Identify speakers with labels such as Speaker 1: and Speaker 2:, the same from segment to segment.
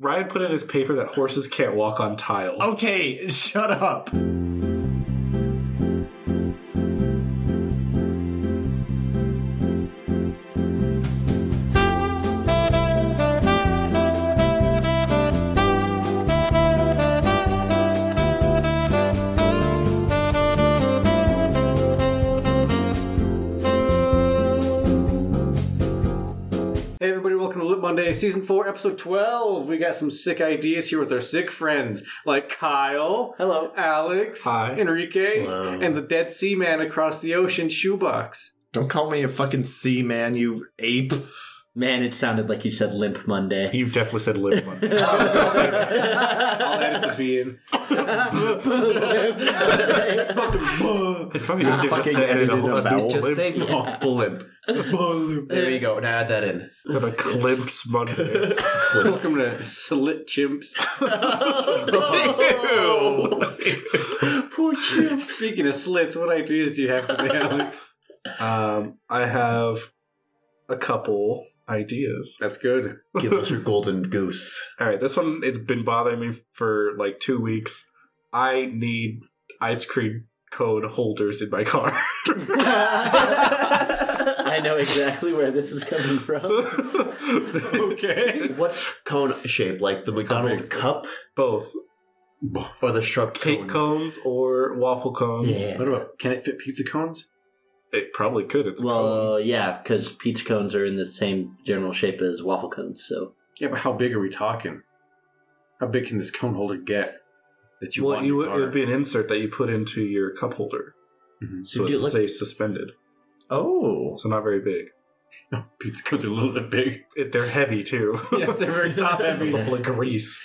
Speaker 1: Ryan put in his paper that horses can't walk on tile.
Speaker 2: Oh.
Speaker 3: Okay, shut up.
Speaker 4: Hey everybody, welcome to Lip Monday, season four, episode twelve. We got some sick ideas here with our sick friends, like Kyle,
Speaker 5: Hello.
Speaker 4: Alex,
Speaker 1: Hi.
Speaker 4: Enrique,
Speaker 3: Hello.
Speaker 4: and the dead sea man across the ocean, Shoebox.
Speaker 3: Don't call me a fucking sea man, you ape.
Speaker 5: Man, it sounded like you said Limp Monday.
Speaker 1: You've definitely said live one.
Speaker 4: I'll edit the B in.
Speaker 1: It probably easier just
Speaker 3: fucking
Speaker 1: to edit a
Speaker 3: edited
Speaker 1: whole
Speaker 3: a vowel.
Speaker 1: new
Speaker 2: Just
Speaker 1: clip.
Speaker 2: say blimp. There you go. Now add that in.
Speaker 1: But a clips Monday.
Speaker 4: Welcome to Slit Chimps.
Speaker 5: Poor chimps.
Speaker 4: Speaking of slits, what ideas do you have today, Alex?
Speaker 1: Um, I have a couple ideas.
Speaker 4: That's good.
Speaker 2: Give us your golden goose.
Speaker 1: All right, this one it's been bothering me for like two weeks. I need ice cream cone holders in my car.
Speaker 5: I know exactly where this is coming from.
Speaker 4: Okay.
Speaker 2: What cone shape? Like the McDonald's cup
Speaker 1: Both
Speaker 2: or the sharp
Speaker 1: cake
Speaker 2: cone?
Speaker 1: cones or waffle cones.
Speaker 5: Yeah.
Speaker 4: What about can it fit pizza cones?
Speaker 1: It probably could. It's a cone.
Speaker 5: Well, yeah, because pizza cones are in the same general shape as waffle cones, so.
Speaker 4: Yeah, but how big are we talking? How big can this cone holder get? That you
Speaker 1: well,
Speaker 4: want
Speaker 1: you
Speaker 4: in
Speaker 1: would,
Speaker 4: your
Speaker 1: it would
Speaker 4: car?
Speaker 1: be an insert that you put into your cup holder,
Speaker 4: Mhm.
Speaker 1: so
Speaker 2: You do
Speaker 1: it
Speaker 2: like-
Speaker 1: stays suspended.
Speaker 2: Oh.
Speaker 1: So not very big.
Speaker 4: Pizza cones are a little bit big.
Speaker 1: It, they're heavy too.
Speaker 4: yes, they're very top
Speaker 1: It's
Speaker 4: heavy.
Speaker 1: full of grease.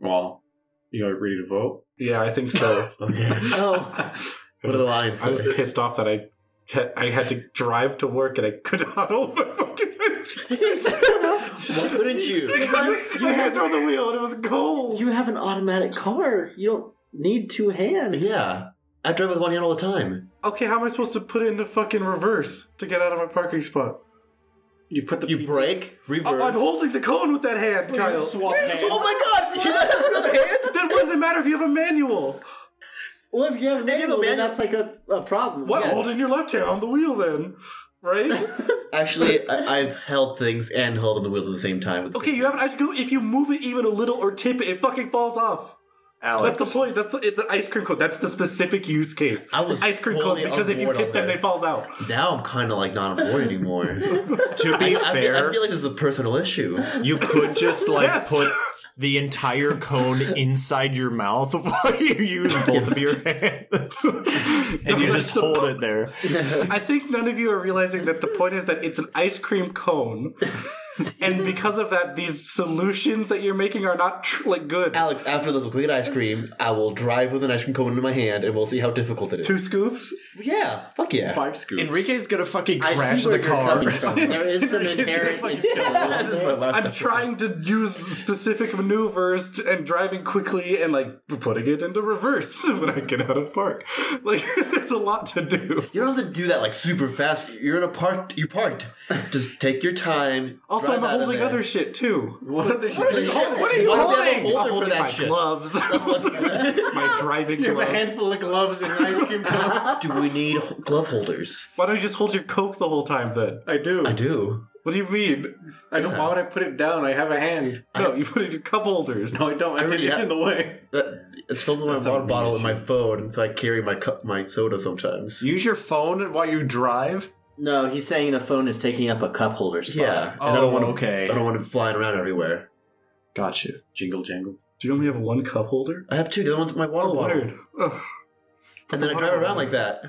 Speaker 4: Well, you know, ready to vote?
Speaker 1: Yeah, I think so.
Speaker 2: Okay.
Speaker 5: Oh.
Speaker 2: What are the lines?
Speaker 1: I was pissed off that I had, I had to drive to work and I could not hold my fucking ice cream.
Speaker 5: Why couldn't you?
Speaker 1: Because my hands were on the wheel and it was cold.
Speaker 5: You have an automatic car. You don't need two hands.
Speaker 2: Yeah. I drive with one hand all the time.
Speaker 1: Okay, how am I supposed to put it into fucking reverse to get out of my parking spot?
Speaker 4: You put the
Speaker 2: You
Speaker 4: pizza-
Speaker 2: brake,
Speaker 1: I-
Speaker 2: reverse.
Speaker 1: I'm holding the cone with that hand, Kyle.
Speaker 4: swap hands.
Speaker 2: oh my god! You not have another hand?
Speaker 1: Then what does it matter if you have a manual?
Speaker 5: Well, if you have
Speaker 2: you have a
Speaker 5: a manual, then
Speaker 2: manual-
Speaker 5: that's like a, a problem.
Speaker 1: What?
Speaker 5: Yes.
Speaker 1: Holding your left hand on the wheel then, right?
Speaker 2: Actually, I- I've held things and held on the wheel at the same time. With the
Speaker 1: okay,
Speaker 2: same-
Speaker 1: you have an ice cream. If you move it even a little or tip it, it fucking falls off.
Speaker 2: Alex.
Speaker 1: That's the point. That's the, it's an ice cream cone. That's the specific use case.
Speaker 2: I was
Speaker 1: ice cream cone
Speaker 2: fully on
Speaker 1: because if you
Speaker 2: board on
Speaker 1: tip them, they
Speaker 2: this.
Speaker 1: falls out.
Speaker 2: Now I'm kind of like not on board anymore.
Speaker 6: To
Speaker 2: I,
Speaker 6: be
Speaker 2: I feel,
Speaker 6: fair,
Speaker 2: I feel like this is a personal issue.
Speaker 6: you could just like
Speaker 1: Yes.
Speaker 6: put the entire cone inside your mouth while you use both of your hands, and you
Speaker 1: that's
Speaker 6: just
Speaker 1: the
Speaker 6: hold it there.
Speaker 1: I think none of you are realizing that the point is that it's an ice cream cone, and because of that, these solutions that you're making are not tr- like good.
Speaker 2: Alex, after this, we'll get ice cream. I will drive with an ice cream cone in my hand, and we'll see how difficult it is.
Speaker 1: Two scoops.
Speaker 2: Yeah, fuck yeah.
Speaker 4: five scoops.
Speaker 6: Enrique's gonna fucking
Speaker 5: I see
Speaker 6: crash
Speaker 5: where
Speaker 6: the
Speaker 5: you're
Speaker 6: car.
Speaker 5: coming from. There is some inherent instability.
Speaker 2: This is my last
Speaker 1: I'm
Speaker 2: episode.
Speaker 1: trying to use specific maneuvers to, and driving quickly and like putting it into reverse when I get out of park. Like there's a lot to do.
Speaker 2: You don't have to do that like super fast. You're in a parked. You're parked. Just take your time.
Speaker 1: Also,
Speaker 2: drive
Speaker 1: I'm
Speaker 2: out of
Speaker 1: holding
Speaker 2: there.
Speaker 1: other shit too.
Speaker 4: What are the
Speaker 2: What are you holding? What are you holding?
Speaker 1: I'm
Speaker 2: Holder for
Speaker 1: holding my
Speaker 2: that shit.
Speaker 1: gloves, my driving
Speaker 4: You have a
Speaker 1: gloves.
Speaker 4: handful of gloves and an ice cream cone.
Speaker 2: Do we need h- glove holders?
Speaker 1: Why don't you just hold your coke the whole time then?
Speaker 4: I do.
Speaker 2: I do.
Speaker 1: What do you mean?
Speaker 4: I don't. Why would I put it down? I have a hand.
Speaker 1: No, you put it in your cup holders.
Speaker 4: No, I don't.
Speaker 2: I
Speaker 4: It's,
Speaker 2: already
Speaker 4: it's
Speaker 2: have-
Speaker 4: in the way.
Speaker 2: That, it's filled with my
Speaker 1: That's a
Speaker 2: water bottle and my
Speaker 1: issue.
Speaker 2: phone, so I carry my cup, my soda sometimes.
Speaker 6: Use your phone while you drive.
Speaker 5: No, he's saying the phone is taking up a cup holder spot.
Speaker 2: yeah, and I
Speaker 6: Oh,
Speaker 2: don't want to.
Speaker 6: okay.
Speaker 2: I don't want to flying around everywhere.
Speaker 6: Got you.
Speaker 4: Jingle jangle.
Speaker 1: Do you only have one cup holder?
Speaker 2: I have two. The other one's my water
Speaker 1: Oh,
Speaker 2: bottle,
Speaker 1: weird. Ugh.
Speaker 2: and then I drive around like that.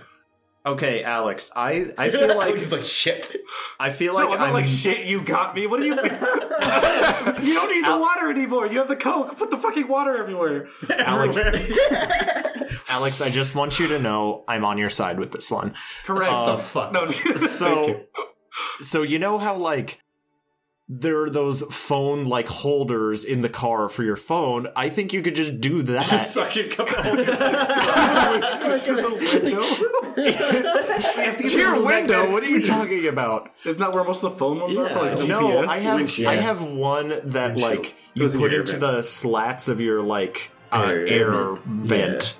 Speaker 6: Okay, Alex. I I feel like
Speaker 2: Alex is like shit.
Speaker 6: I feel
Speaker 1: No,
Speaker 6: like
Speaker 1: I'm not
Speaker 6: I'm
Speaker 1: like shit. You got me. What do you mean? you don't need the water anymore. You have the coke. Put the fucking water everywhere.
Speaker 6: Alex. Alex, I just want you to know I'm on your side with this one.
Speaker 1: Correct.
Speaker 6: Uh,
Speaker 1: No, thank
Speaker 6: so
Speaker 1: you.
Speaker 6: so you know how like there are those phone like holders in the car for your phone. I think you could just do that.
Speaker 4: Suction cup. We have to get
Speaker 6: to your
Speaker 4: people back
Speaker 6: window.
Speaker 4: to
Speaker 6: What are you
Speaker 4: sleep.
Speaker 6: talking about?
Speaker 1: Isn't that where most of the phone ones are for like GPS?
Speaker 5: Yeah.
Speaker 6: No, I have
Speaker 4: windshield.
Speaker 6: I have one that like you
Speaker 1: Goes in
Speaker 6: put
Speaker 1: your
Speaker 6: into
Speaker 1: ear
Speaker 6: the slats of your like uh,
Speaker 2: Air
Speaker 6: air, vent,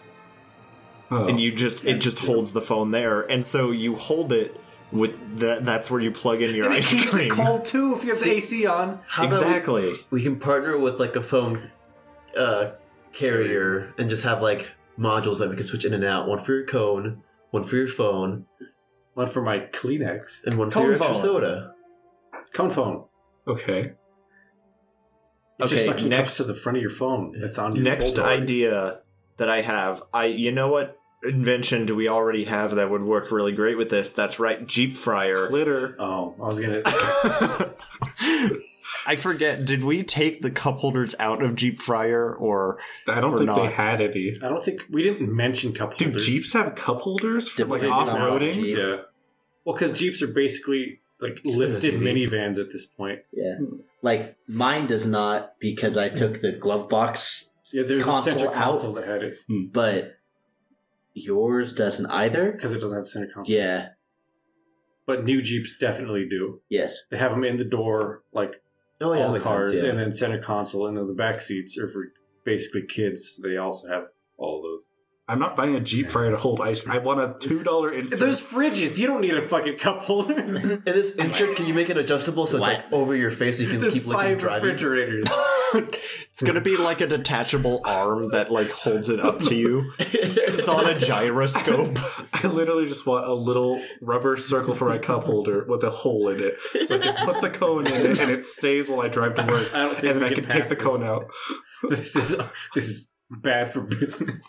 Speaker 1: Oh.
Speaker 6: and you just it just holds the phone there, and so you hold it with that. That's where you plug in your
Speaker 4: And it
Speaker 6: ice
Speaker 4: keeps it
Speaker 6: cream.
Speaker 4: cold too if you have the AC on.
Speaker 2: How about
Speaker 6: Exactly.
Speaker 2: we, we can partner with like a phone uh, carrier and just have like modules that we can switch in and out. One for your cone, one for your phone,
Speaker 4: One for my Kleenex.
Speaker 2: and one for
Speaker 6: Cone
Speaker 2: your extra
Speaker 6: phone.
Speaker 2: soda.
Speaker 4: Cone phone.
Speaker 1: Oh, okay.
Speaker 4: It's just
Speaker 6: Okay,
Speaker 4: suction cups
Speaker 6: next-
Speaker 4: to the front of your phone. It's on your
Speaker 6: Next
Speaker 4: holder.
Speaker 6: idea that I have, I you know what invention do we already have that would work really great with this? That's right, Jeep fryer.
Speaker 1: Glitter.
Speaker 4: Oh, I was gonna.
Speaker 6: I forget. Did we take the cup holders out of Jeep Fryer, or
Speaker 1: I don't
Speaker 6: Or
Speaker 1: think they
Speaker 6: not.
Speaker 1: had any.
Speaker 4: I don't think we didn't mention cup
Speaker 1: Do
Speaker 4: holders.
Speaker 1: Jeeps have cup holders for like
Speaker 5: Did we not
Speaker 1: off roading?
Speaker 5: Jeep?
Speaker 4: Yeah. Well, because Jeeps are basically like lifted
Speaker 2: SUV.
Speaker 4: minivans at this point.
Speaker 5: Yeah. Like mine does not because I took the glove box,
Speaker 4: Yeah, there's
Speaker 5: Console
Speaker 4: a center
Speaker 5: out.
Speaker 4: console that had it
Speaker 5: but yours doesn't either.
Speaker 4: because it doesn't have center console.
Speaker 5: Yeah.
Speaker 4: But new Jeeps definitely do.
Speaker 5: Yes.
Speaker 4: They have them in the door, like
Speaker 2: Oh yeah,
Speaker 4: all the
Speaker 2: makes sense,
Speaker 4: cars,
Speaker 2: yeah.
Speaker 4: and then center console, and then the back seats are for basically kids. They also have all those.
Speaker 1: I'm not buying a Jeep fryer to hold ice. I want a two dollar insert.
Speaker 4: There's fridges. You don't need a fucking cup holder.
Speaker 2: And this insert, can you make it adjustable so it's
Speaker 5: What?
Speaker 2: like over your face so you can
Speaker 4: There's
Speaker 2: keep looking
Speaker 4: five
Speaker 2: driving?
Speaker 4: refrigerators.
Speaker 6: it's gonna be like a detachable arm that like holds it up to you? It's on a gyroscope.
Speaker 1: I literally just want a little rubber circle for my cup holder with a hole in it, so I can put the cone in it and it stays while I drive to work,
Speaker 4: I
Speaker 1: and
Speaker 4: don't think
Speaker 1: then
Speaker 4: we
Speaker 1: I
Speaker 4: can
Speaker 1: can take
Speaker 4: pass
Speaker 1: the
Speaker 4: this.
Speaker 1: cone out.
Speaker 4: This is this is bad for business.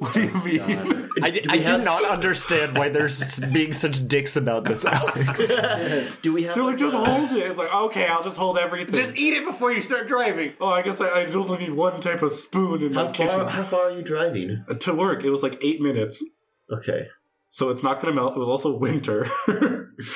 Speaker 1: What do you mean?
Speaker 6: I, did I did not understand why there's being such dicks about this, Alex.
Speaker 2: Do we have?
Speaker 1: They're like, just hold it. It's like, okay, I'll just hold everything.
Speaker 4: Just eat it before you start driving.
Speaker 1: oh, I guess I, I only need one type of spoon in
Speaker 2: how
Speaker 1: my
Speaker 2: far?
Speaker 1: kitchen.
Speaker 2: How far are you driving?
Speaker 1: to work, it was like eight minutes.
Speaker 2: Okay.
Speaker 1: So it's not going to melt. It was also winter. so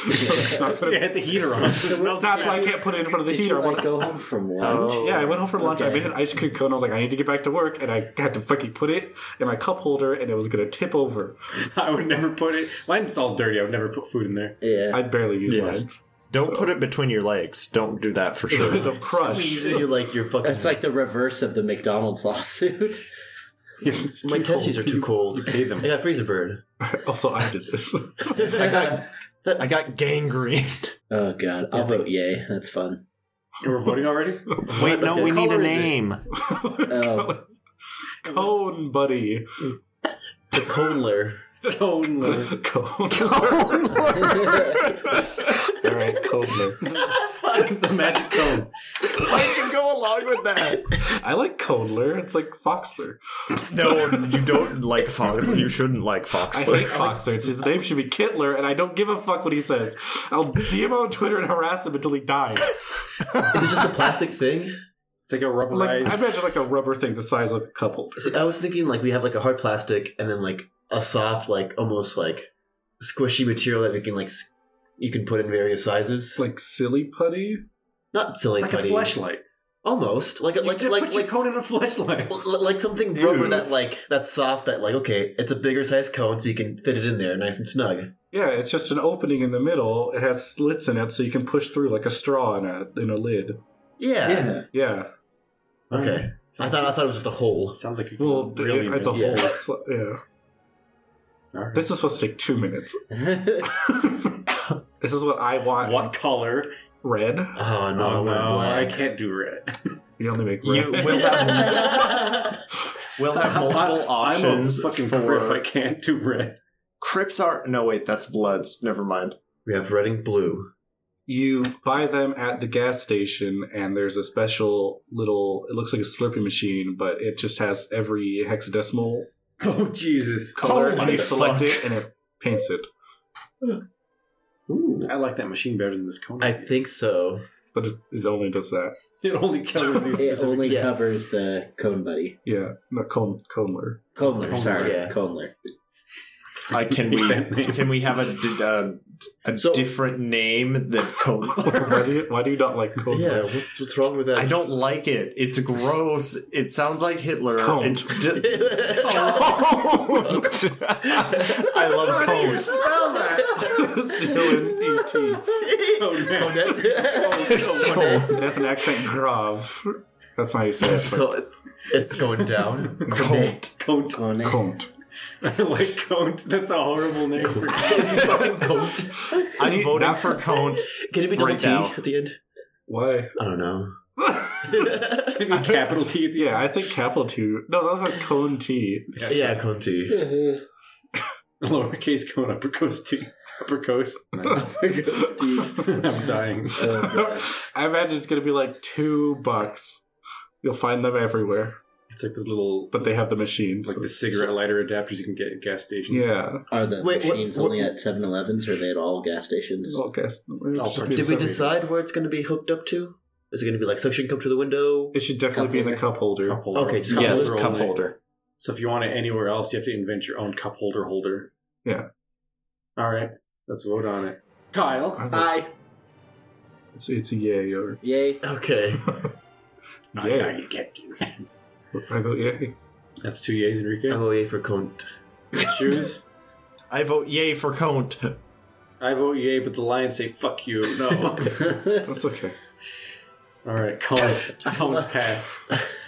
Speaker 1: it's not
Speaker 4: So you
Speaker 1: gonna,
Speaker 4: had the heater on.
Speaker 1: that's why I can't put it in front of the
Speaker 5: Did
Speaker 1: heater.
Speaker 5: you
Speaker 1: I
Speaker 5: like
Speaker 1: want
Speaker 5: go home from lunch?
Speaker 6: Oh.
Speaker 1: yeah, I went home for lunch. I
Speaker 5: Okay.
Speaker 1: made an ice cream cone. I was like, I need to get back to work, and I had to fucking put it in my cup holder, and it was gonna tip over.
Speaker 4: I would never put it. Mine's all dirty. I would never put food in there.
Speaker 5: Yeah.
Speaker 1: I'd barely use
Speaker 6: Yeah.
Speaker 1: mine.
Speaker 6: Don't put it between your legs. Don't do that for sure.
Speaker 1: It'll crush.
Speaker 2: You're like you're fucking.
Speaker 5: It's like the reverse of the McDonald's lawsuit.
Speaker 1: It's
Speaker 2: my
Speaker 1: too
Speaker 2: testes are
Speaker 1: cold.
Speaker 2: too cold.
Speaker 4: Pay them.
Speaker 2: I got freezer bird.
Speaker 1: Also, I did this.
Speaker 6: I got gangrene.
Speaker 5: Oh god. I'll vote yay. That's fun.
Speaker 4: You were voting already?
Speaker 6: Wait, no,
Speaker 5: What
Speaker 6: we need a
Speaker 4: color is it?
Speaker 6: name.
Speaker 5: Oh.
Speaker 1: cone, buddy.
Speaker 2: The cone layer.
Speaker 4: Cone.
Speaker 1: Cone.
Speaker 6: Oh,
Speaker 5: All
Speaker 1: right, cone.
Speaker 4: the magic cone.
Speaker 6: Why'd you go along with that?
Speaker 1: I like Codler. It's like Foxler.
Speaker 6: No, you don't like Foxler. You shouldn't like
Speaker 1: I
Speaker 6: Foxler.
Speaker 1: hate Foxler. It's- His name should be Kittler, and I don't give a fuck what he says. I'll DM him on Twitter and harass him until he dies.
Speaker 2: Is it just a plastic thing?
Speaker 4: It's like a
Speaker 1: Like, I
Speaker 4: rubberized.
Speaker 1: imagine like a rubber thing the size of a cup holder.
Speaker 2: See, I was thinking like we have like a hard plastic and then like a soft, like almost like squishy material that we can like s- you can put in various sizes.
Speaker 1: Like silly putty.
Speaker 2: Not silly,
Speaker 4: Like a
Speaker 2: putty.
Speaker 4: fleshlight.
Speaker 2: Almost like a, like
Speaker 4: you
Speaker 2: like
Speaker 4: put your
Speaker 2: like,
Speaker 4: cone in a fleshlight.
Speaker 2: l- l- like something rubber
Speaker 6: Ew.
Speaker 2: that like that's soft. That like okay, it's a bigger size cone, so you can fit it in there, nice and snug.
Speaker 1: Yeah, it's just an opening in the middle. It has slits in it, so you can push through like a straw in a in a lid.
Speaker 2: Yeah.
Speaker 1: Yeah.
Speaker 2: Okay. I thought I thought it was just a hole.
Speaker 4: Sounds like you can
Speaker 1: Well,
Speaker 4: really
Speaker 1: it- it's a
Speaker 4: make
Speaker 1: whole.
Speaker 2: yeah.
Speaker 1: it's like- yeah.
Speaker 4: All right.
Speaker 1: This is supposed to take two minutes.
Speaker 2: Oh,
Speaker 1: this is what I want.
Speaker 4: What color?
Speaker 1: Red.
Speaker 2: Oh no, I
Speaker 4: oh,
Speaker 2: went
Speaker 4: no, I
Speaker 2: black.
Speaker 4: can't do red.
Speaker 1: You only make red.
Speaker 6: You will have will have multiple
Speaker 4: I-
Speaker 6: options
Speaker 4: I'm a fucking
Speaker 6: for
Speaker 4: crip. I can't do red.
Speaker 6: Crips are no wait, that's Bloods. Never mind.
Speaker 2: we have red and blue.
Speaker 1: you buy them at the gas station and there's a special little it looks like a slurpee machine but it just has every hexadecimal
Speaker 4: Oh Jesus!
Speaker 1: color
Speaker 6: Oh
Speaker 1: and
Speaker 6: my
Speaker 1: you select
Speaker 6: fuck.
Speaker 1: it and it paints it
Speaker 2: Ooh.
Speaker 4: I like that machine better than this cone.
Speaker 2: I think so.
Speaker 1: but it, it only does that
Speaker 4: it only colors these
Speaker 5: It
Speaker 4: specific.
Speaker 5: only
Speaker 2: yeah.
Speaker 5: covers the cone buddy.
Speaker 1: yeah not cone conler
Speaker 5: Conler, sorry.
Speaker 2: yeah.
Speaker 5: Conler.
Speaker 6: Uh, can we can we have a d- uh, a
Speaker 5: So-
Speaker 6: different name that
Speaker 1: why, do you, why do you not like
Speaker 4: Oh,
Speaker 1: cold?
Speaker 2: Yeah, what's, what's wrong with that?
Speaker 6: I don't like it. It's gross. It sounds like Hitler.
Speaker 1: Combed.
Speaker 6: It's just, I love cones.
Speaker 4: Spell that.
Speaker 1: C-O-N-E-T.
Speaker 6: Cones.
Speaker 1: That's an accent grav. That's not how you say it.
Speaker 2: so it, it's going down.
Speaker 6: Cones.
Speaker 4: Contone.
Speaker 1: Cont.
Speaker 4: I like Cont. That's a horrible name for Cont.
Speaker 2: Fucking goat.
Speaker 6: I'm voting for cone.
Speaker 2: Can it be double
Speaker 6: Right
Speaker 2: T
Speaker 6: now.
Speaker 2: at the end?
Speaker 1: Why?
Speaker 2: I don't know.
Speaker 4: Maybe capital T at the
Speaker 1: yeah, I think capital T. No, that was a cone T.
Speaker 4: Yeah,
Speaker 2: yeah, Conti.
Speaker 4: Lowercase cone, uppercase T. Uppercase. uppercase T. I'm dying.
Speaker 2: Uh,
Speaker 1: I imagine it's going to be like two bucks. You'll find them everywhere,
Speaker 4: It's like those little,
Speaker 1: but they have the machines.
Speaker 4: like the cigarette lighter adapters you can get at gas stations.
Speaker 1: yeah.
Speaker 5: Are the
Speaker 2: Wait, what-
Speaker 5: machines
Speaker 2: what-
Speaker 5: only at 7 Elevens or are they at all gas stations?
Speaker 1: Okay.
Speaker 4: part-
Speaker 2: Oh, Did we decide where it's going to be hooked up to? Is it going to be like suction cup to the window?
Speaker 1: It should definitely be in the cup holder.
Speaker 4: Cup holder.
Speaker 2: Okay, just
Speaker 4: Cup
Speaker 6: Yes,
Speaker 4: holder
Speaker 6: cup
Speaker 4: only.
Speaker 6: holder.
Speaker 4: So if you want it anywhere else, you have to invent your own cup holder holder.
Speaker 1: Yeah.
Speaker 4: All right. Let's vote on it. Kyle.
Speaker 1: Aye. It's, it's a yay or
Speaker 5: Yay.
Speaker 2: Okay.
Speaker 4: No, no,
Speaker 1: yay.
Speaker 4: you can't do that.
Speaker 1: I vote yay.
Speaker 4: That's two yays, Enrique.
Speaker 2: MOA for Cont.
Speaker 4: Shoes.
Speaker 6: I vote yay for cone.
Speaker 4: I vote yay, but the lions say fuck you. No.
Speaker 1: That's okay.
Speaker 4: All right, count. Count passed.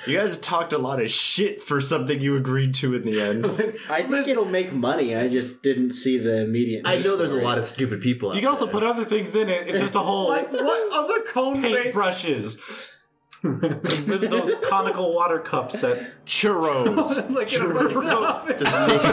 Speaker 6: You guys talked a lot of shit for something you agreed to in the end.
Speaker 5: I think it'll make money. I just didn't see the immediate.
Speaker 2: I
Speaker 5: need
Speaker 2: know there's a
Speaker 5: for it.
Speaker 2: lot of stupid people.
Speaker 1: You can also put other things in it. It's just a whole
Speaker 4: what other cone
Speaker 1: paint brushes. those conical water cups that
Speaker 6: Churros.
Speaker 4: like in a first office.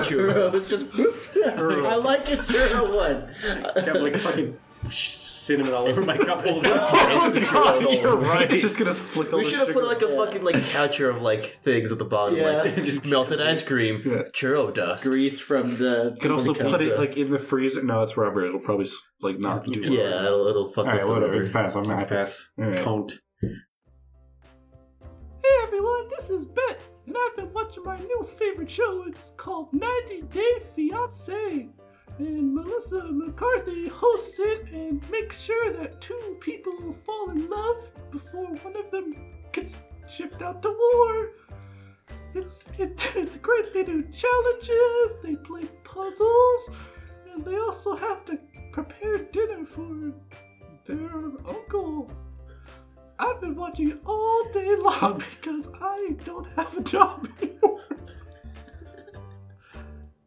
Speaker 5: churro. It's just boop. I like a churro one.
Speaker 4: I have like fucking cinnamon all over my cup holder.
Speaker 6: oh god, you're right.
Speaker 1: it's just gonna flick all
Speaker 2: We
Speaker 1: the
Speaker 2: should have
Speaker 1: sugar.
Speaker 2: put like a fucking like catcher of like things at the bottom, like
Speaker 5: Yeah.
Speaker 2: just melted ice cream,
Speaker 1: Yeah.
Speaker 2: churro dust.
Speaker 5: Grease from the.
Speaker 1: You can also
Speaker 5: from the
Speaker 1: put it
Speaker 5: pizza.
Speaker 1: like in the freezer. No, it's rubber. It'll probably s- like not do. well.
Speaker 2: Yeah, it'll, it'll fuck
Speaker 1: All right,
Speaker 2: up the
Speaker 1: whatever.
Speaker 2: rubber.
Speaker 1: It's pass. I'm
Speaker 4: Let's
Speaker 1: happy.
Speaker 4: pass.
Speaker 1: All right.
Speaker 4: Count.
Speaker 7: Hey everyone, this is Bet, and I've been watching my new favorite show. It's called 90 Day Fiancé. And Melissa McCarthy hosts it and makes sure that two people fall in love before one of them gets shipped out to war. It's, it's, it's great. They do challenges, they play puzzles, and they also have to prepare dinner for their uncle. I've been watching it all day long because I don't have a job anymore.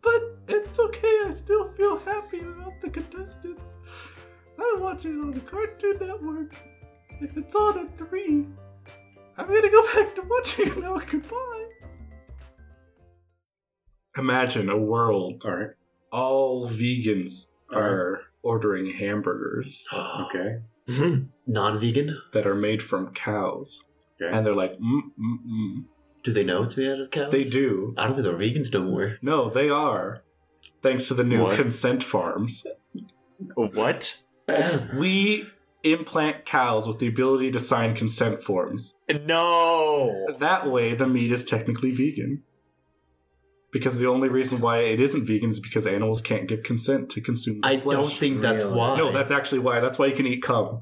Speaker 7: but it's okay, I still feel happy about the contestants. I watch it on Cartoon Network, and it's on at 3. I'm gonna go back to watching it now. Goodbye.
Speaker 1: Imagine a world
Speaker 4: All right.
Speaker 1: all vegans
Speaker 2: Uh-huh.
Speaker 1: are ordering hamburgers
Speaker 4: Okay.
Speaker 2: Non-vegan?
Speaker 1: that are made from cows,
Speaker 4: Okay.
Speaker 1: and they're like, mm, mm, mm.
Speaker 2: Do they know it's made out of cows?
Speaker 1: they do.
Speaker 2: I don't think they're vegans no more.
Speaker 1: No, they are. Thanks to the new
Speaker 6: What?
Speaker 1: consent farms.
Speaker 6: What?
Speaker 1: We implant cows with the ability to sign consent forms.
Speaker 6: No.
Speaker 1: That way, the meat is technically vegan. Because the only reason why it isn't vegan is because animals can't give consent to consume their
Speaker 2: I
Speaker 1: flesh.
Speaker 2: don't think that's
Speaker 5: Really?
Speaker 2: why.
Speaker 1: No, that's actually why. That's why you can eat cum.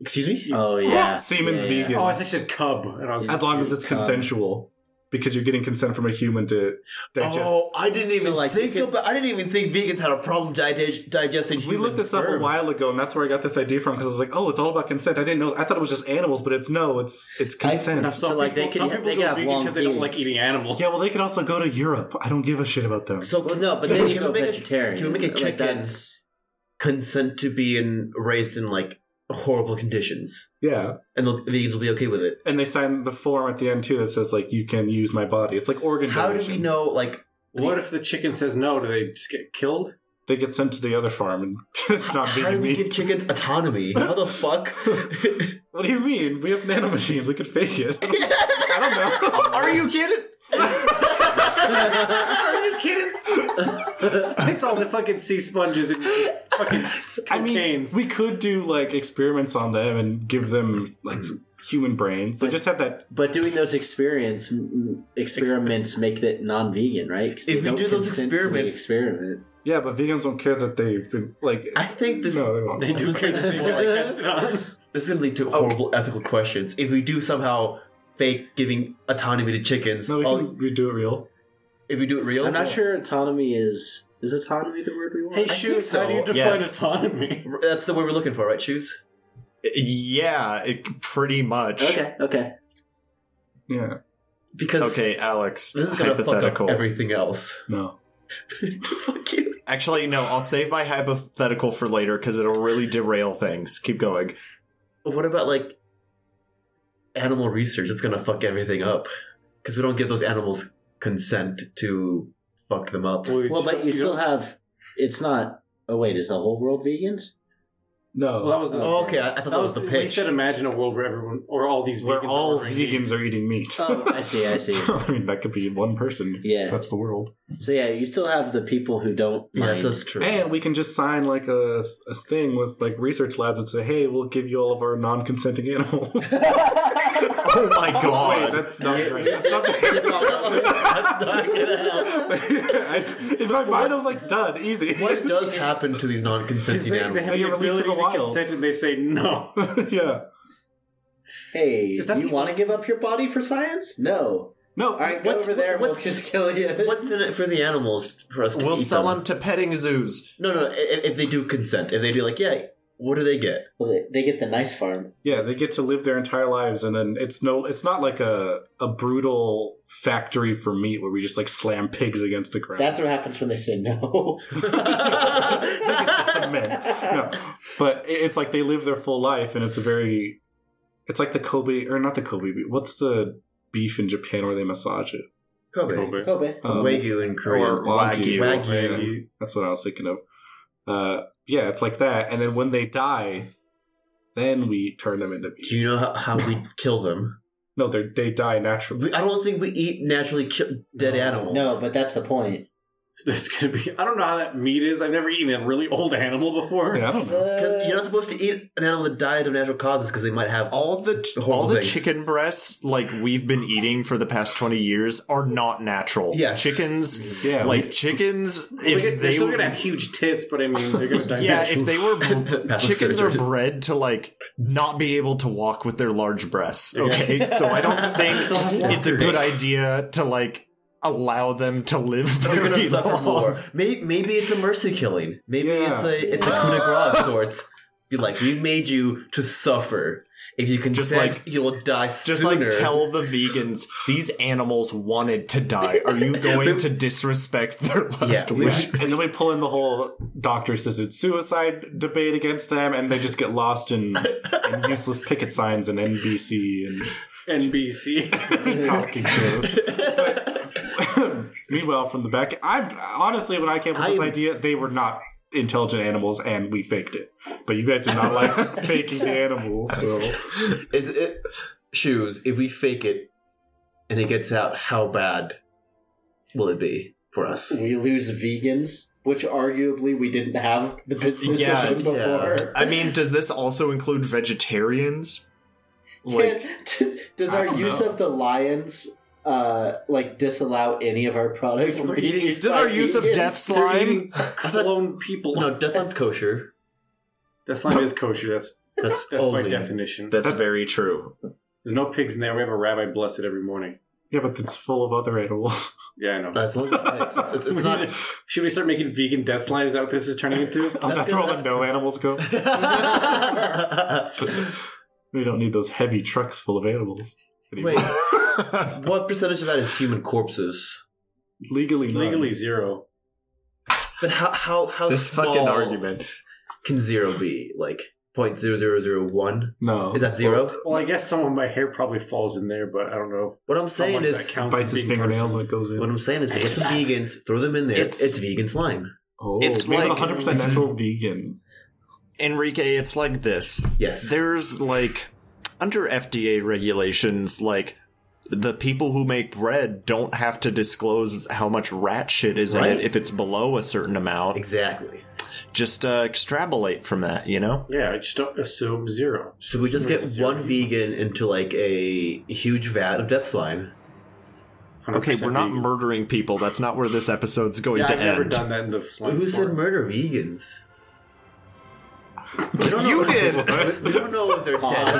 Speaker 2: excuse me.
Speaker 5: Oh yeah,
Speaker 1: Semen's
Speaker 5: Yeah, yeah.
Speaker 1: vegan.
Speaker 4: Oh, I think I said Uh, cub, and I was
Speaker 1: As long as it's
Speaker 5: Cum.
Speaker 1: consensual. Because you're getting consent from a human to digest.
Speaker 2: Oh, I didn't even
Speaker 5: like, you
Speaker 2: think
Speaker 5: could-
Speaker 2: about. I didn't even think vegans had a problem digest, digesting.
Speaker 1: We
Speaker 2: human
Speaker 1: looked this up a
Speaker 2: sperm.
Speaker 1: while ago, and that's where I got this idea from. Because I was like, "Oh, it's all about consent." I didn't know. I thought it was just animals, but it's no. It's it's consent.
Speaker 4: Now, some
Speaker 5: So, like, they
Speaker 4: people, some
Speaker 5: can-
Speaker 4: people
Speaker 5: they
Speaker 4: go
Speaker 5: can have
Speaker 4: vegan
Speaker 5: long
Speaker 4: because they don't
Speaker 5: beans.
Speaker 4: like eating animals.
Speaker 1: yeah, well, they could also go to Europe. I don't give a shit about them.
Speaker 2: So
Speaker 5: Well,
Speaker 2: can-
Speaker 5: no, but
Speaker 2: can-
Speaker 5: then
Speaker 2: can
Speaker 5: you
Speaker 2: we
Speaker 5: go
Speaker 2: make a-
Speaker 5: vegetarian.
Speaker 2: Can we make a
Speaker 5: Like,
Speaker 2: chicken
Speaker 5: that's-
Speaker 2: consent to being raised in like horrible conditions,
Speaker 1: yeah,
Speaker 2: and the vegans will be okay with it?
Speaker 1: and they sign the form at the end too that says like, "You can use my body." It's like organ.
Speaker 2: How do
Speaker 1: donation.
Speaker 2: we know? Like,
Speaker 4: What if the chicken says no? Do they just get killed?
Speaker 1: They get sent to the other farm, and it's not
Speaker 2: how do
Speaker 1: vegan
Speaker 2: we
Speaker 1: meat.
Speaker 2: give chickens autonomy? How the fuck?
Speaker 1: what do you mean? We have nanomachines. We could fake it. I don't know.
Speaker 6: Are you kidding?
Speaker 4: Are you kidding? it's all the fucking sea sponges and fucking
Speaker 1: I mean,
Speaker 4: cocaines.
Speaker 1: we could do like experiments on them and give them like human brains. They just have that
Speaker 5: But doing those experiments m- m- experiments make that non-vegan, right? 'Cause they
Speaker 2: If we
Speaker 5: don't
Speaker 2: do those
Speaker 5: consent to the
Speaker 2: experiments-
Speaker 5: experiment.
Speaker 1: Yeah, but vegans don't care that they've been like.
Speaker 2: I think this.
Speaker 1: no, they won't.
Speaker 2: They do think this will- This is going to lead to horrible ethical questions. If we do somehow fake giving autonomy to chickens,
Speaker 1: No, we
Speaker 2: all-
Speaker 1: can we do it real.
Speaker 2: if we do it real,
Speaker 5: I'm not sure autonomy is is autonomy the word we want.
Speaker 2: Hey, shoes. How do you define
Speaker 6: Yes.
Speaker 4: autonomy?
Speaker 2: That's the word we're looking for, right? Shoes.
Speaker 6: Yeah, it, pretty much.
Speaker 5: okay, okay.
Speaker 1: Yeah,
Speaker 2: Because
Speaker 6: Okay, Alex.
Speaker 2: this is going to fuck up
Speaker 6: hypothetical.
Speaker 2: everything else.
Speaker 1: no.
Speaker 2: fuck you.
Speaker 6: Actually, no. I'll save my hypothetical for later because it'll really derail things. Keep going.
Speaker 2: What about like animal research? It's going to fuck everything up because we don't give those animals consent to fuck them up.
Speaker 5: Well, but you still have. It's not. Oh wait, is the whole world vegans?
Speaker 1: No.
Speaker 4: Well, that was the.
Speaker 2: Oh, okay, I, I thought that, was, the
Speaker 4: We
Speaker 2: pitch.
Speaker 4: said imagine a world where everyone or all these
Speaker 1: where
Speaker 4: vegans
Speaker 1: all
Speaker 4: are ordering meat.
Speaker 1: vegans are eating meat.
Speaker 5: Oh, I see, I see.
Speaker 1: So, I mean, that could be one person.
Speaker 5: Yeah.
Speaker 1: That's the world.
Speaker 5: So yeah, you still have the people who don't
Speaker 2: yeah,
Speaker 5: mind.
Speaker 2: that's, that's true.
Speaker 1: And we can just sign like a, a thing with like research labs and say, hey, we'll give you all of our non consenting animals.
Speaker 6: Oh my
Speaker 1: Wait,
Speaker 6: god!
Speaker 1: that's not right. That's not the
Speaker 2: That's not gonna help.
Speaker 1: answer. In my mind, I was like, done, easy.
Speaker 2: What does happen to these
Speaker 4: 'Cause
Speaker 2: non-consenting
Speaker 4: They, they have
Speaker 2: animals?
Speaker 1: They get
Speaker 4: the
Speaker 1: released
Speaker 4: ability
Speaker 1: to the
Speaker 4: to
Speaker 1: wild.
Speaker 4: consent and they say no.
Speaker 1: yeah.
Speaker 5: hey,
Speaker 4: Is that
Speaker 5: you
Speaker 4: the-
Speaker 5: want to give up your body for science? No.
Speaker 1: No.
Speaker 5: All right, go
Speaker 2: What's-
Speaker 5: over there. We'll
Speaker 2: what's-
Speaker 5: just kill you.
Speaker 2: What's in it for the animals for us to
Speaker 6: We'll
Speaker 2: eat
Speaker 6: sell
Speaker 2: them?
Speaker 6: them to petting zoos.
Speaker 2: No, no. i- If, if they do consent, if they do like, yeah, what do they get?
Speaker 5: Well, they- they get the nice farm.
Speaker 1: Yeah, they get to live their entire lives, and then it's no, it's not like a a brutal factory for meat where we just like slam pigs against the ground.
Speaker 5: That's what happens when they say no.
Speaker 1: Cement. No, but i- it's like they live their full life, and it's a very, it's like the Kobe or not the Kobe. beef. What's the beef in Japan where they massage it?
Speaker 2: Kobe.
Speaker 5: Kobe.
Speaker 1: Um,
Speaker 2: Wagyu in Korean.
Speaker 1: or
Speaker 6: Wagyu.
Speaker 2: Wagyu.
Speaker 1: Yeah, that's what I was thinking of. Uh, yeah, it's like that, and then when they die, then we turn them into
Speaker 2: Do
Speaker 1: meat.
Speaker 2: you know how, how we kill them?
Speaker 1: No, they they die naturally.
Speaker 2: We, I don't think we eat naturally ki- dead animals.
Speaker 5: No, but that's the point.
Speaker 4: There's gonna be. I don't know how that meat is. I've never eaten a really old animal before.
Speaker 1: Yeah, I don't know.
Speaker 2: 'Cause
Speaker 6: uh,
Speaker 2: you're not supposed to eat an animal that died of natural causes because they might have.
Speaker 6: All the all
Speaker 2: Horrible
Speaker 6: the
Speaker 2: things.
Speaker 6: chicken breasts like we've been eating for the past twenty years are not natural.
Speaker 2: Yes.
Speaker 6: chickens
Speaker 1: Yeah,
Speaker 6: like chickens.
Speaker 4: They
Speaker 6: If
Speaker 4: get- they're
Speaker 6: they
Speaker 4: still gonna have huge tits, but I mean, they're gonna die.
Speaker 6: yeah, if they were
Speaker 2: That's
Speaker 6: chickens are
Speaker 2: absurd.
Speaker 6: bred to like not be able to walk with their large breasts. Okay, so I don't think it's a good idea to like allow them to live.
Speaker 2: They're gonna
Speaker 6: very
Speaker 2: suffer
Speaker 6: long.
Speaker 2: more. Maybe, maybe it's a mercy killing. Maybe
Speaker 1: Yeah.
Speaker 2: it's a it's a coup de grace of sorts. Be like, we made you to suffer. If you consent,
Speaker 6: Just like-
Speaker 2: you'll die
Speaker 6: Just
Speaker 2: sooner.
Speaker 6: like tell the vegans these animals wanted to die. Are you going to disrespect their last
Speaker 2: Yeah.
Speaker 1: Yeah.
Speaker 6: wish?
Speaker 1: And then we pull in the whole doctor says it's suicide debate against them, and they just get lost in, in useless picket signs and NBC
Speaker 4: NBC.
Speaker 1: and talking shows. But, meanwhile, from the back, I'm honestly when I came up with this
Speaker 2: I'm-
Speaker 1: idea, they were not intelligent animals, and we faked it. But you guys did not like faking the animals, so
Speaker 2: Is it shoes? If we fake it and it gets out, how bad will it be for us?
Speaker 5: We lose vegans, which arguably we didn't have the business
Speaker 6: Yeah,
Speaker 5: of them
Speaker 2: yeah.
Speaker 5: before.
Speaker 6: I mean, does this also include vegetarians? Like,
Speaker 5: Can- does, does
Speaker 1: I
Speaker 5: our
Speaker 1: don't
Speaker 5: use
Speaker 1: know.
Speaker 5: of the lions uh, like disallow any of our products from
Speaker 4: We're
Speaker 5: being
Speaker 4: eating-
Speaker 5: used
Speaker 6: does
Speaker 5: by
Speaker 6: our use of
Speaker 5: vegans?
Speaker 6: death
Speaker 4: They're
Speaker 6: slime?
Speaker 4: eating clone people.
Speaker 2: No, death on kosher.
Speaker 4: That slime is kosher. That's
Speaker 2: That's,
Speaker 4: that's
Speaker 2: only
Speaker 4: by definition.
Speaker 6: That's very true.
Speaker 4: There's no pigs in there. We have a rabbi bless it every morning.
Speaker 1: yeah. But it's full of other animals.
Speaker 4: Yeah, I know.
Speaker 6: Uh,
Speaker 2: As long as it fits. It's, it's,
Speaker 4: We
Speaker 2: it's
Speaker 4: need
Speaker 2: not.
Speaker 4: to- should we start making vegan death slime? Is that what this is turning into?
Speaker 1: Oh, that's, where all the no animals go. We don't need those heavy trucks full of animals. Anymore.
Speaker 2: Wait, what percentage of that is human corpses?
Speaker 1: legally, none.
Speaker 4: Legally zero.
Speaker 2: But how how how
Speaker 6: this
Speaker 2: small
Speaker 6: fucking argument.
Speaker 2: can zero be? Like point zero zero zero one?
Speaker 1: no.
Speaker 2: Is that zero?
Speaker 4: Well, I guess some of my hair probably falls in there, but I don't know.
Speaker 2: What I'm
Speaker 4: how
Speaker 2: saying
Speaker 4: much that
Speaker 2: is,
Speaker 4: counts
Speaker 1: bites
Speaker 4: as
Speaker 1: his
Speaker 4: being
Speaker 1: fingernails
Speaker 4: person.
Speaker 1: and it goes in.
Speaker 2: what I'm saying is, we get some vegans, throw them in there. It's,
Speaker 6: It's-
Speaker 2: vegan slime.
Speaker 1: oh,
Speaker 6: It's
Speaker 1: made of
Speaker 6: like-
Speaker 1: 100% natural vegan.
Speaker 6: Enrique, it's like this.
Speaker 2: Yes.
Speaker 6: There's like under FDA regulations, like the people who make bread don't have to disclose how much rat shit is in
Speaker 2: Right.
Speaker 6: it if it's below a certain amount.
Speaker 2: exactly.
Speaker 6: Just uh, extrapolate from that, you know?
Speaker 4: Yeah, I just don't assume zero.
Speaker 2: So we just
Speaker 4: Assume
Speaker 2: get
Speaker 4: zero.
Speaker 2: one vegan into like a huge vat of death slime,
Speaker 6: Okay, we're not murdering people. That's not where this episode's going
Speaker 4: Yeah,
Speaker 6: to
Speaker 4: I've
Speaker 6: end.
Speaker 4: never done that in the slime.
Speaker 2: Who said
Speaker 4: before.
Speaker 2: murder vegans? We don't
Speaker 6: You
Speaker 2: know.
Speaker 6: did.
Speaker 2: we don't know if they're dead in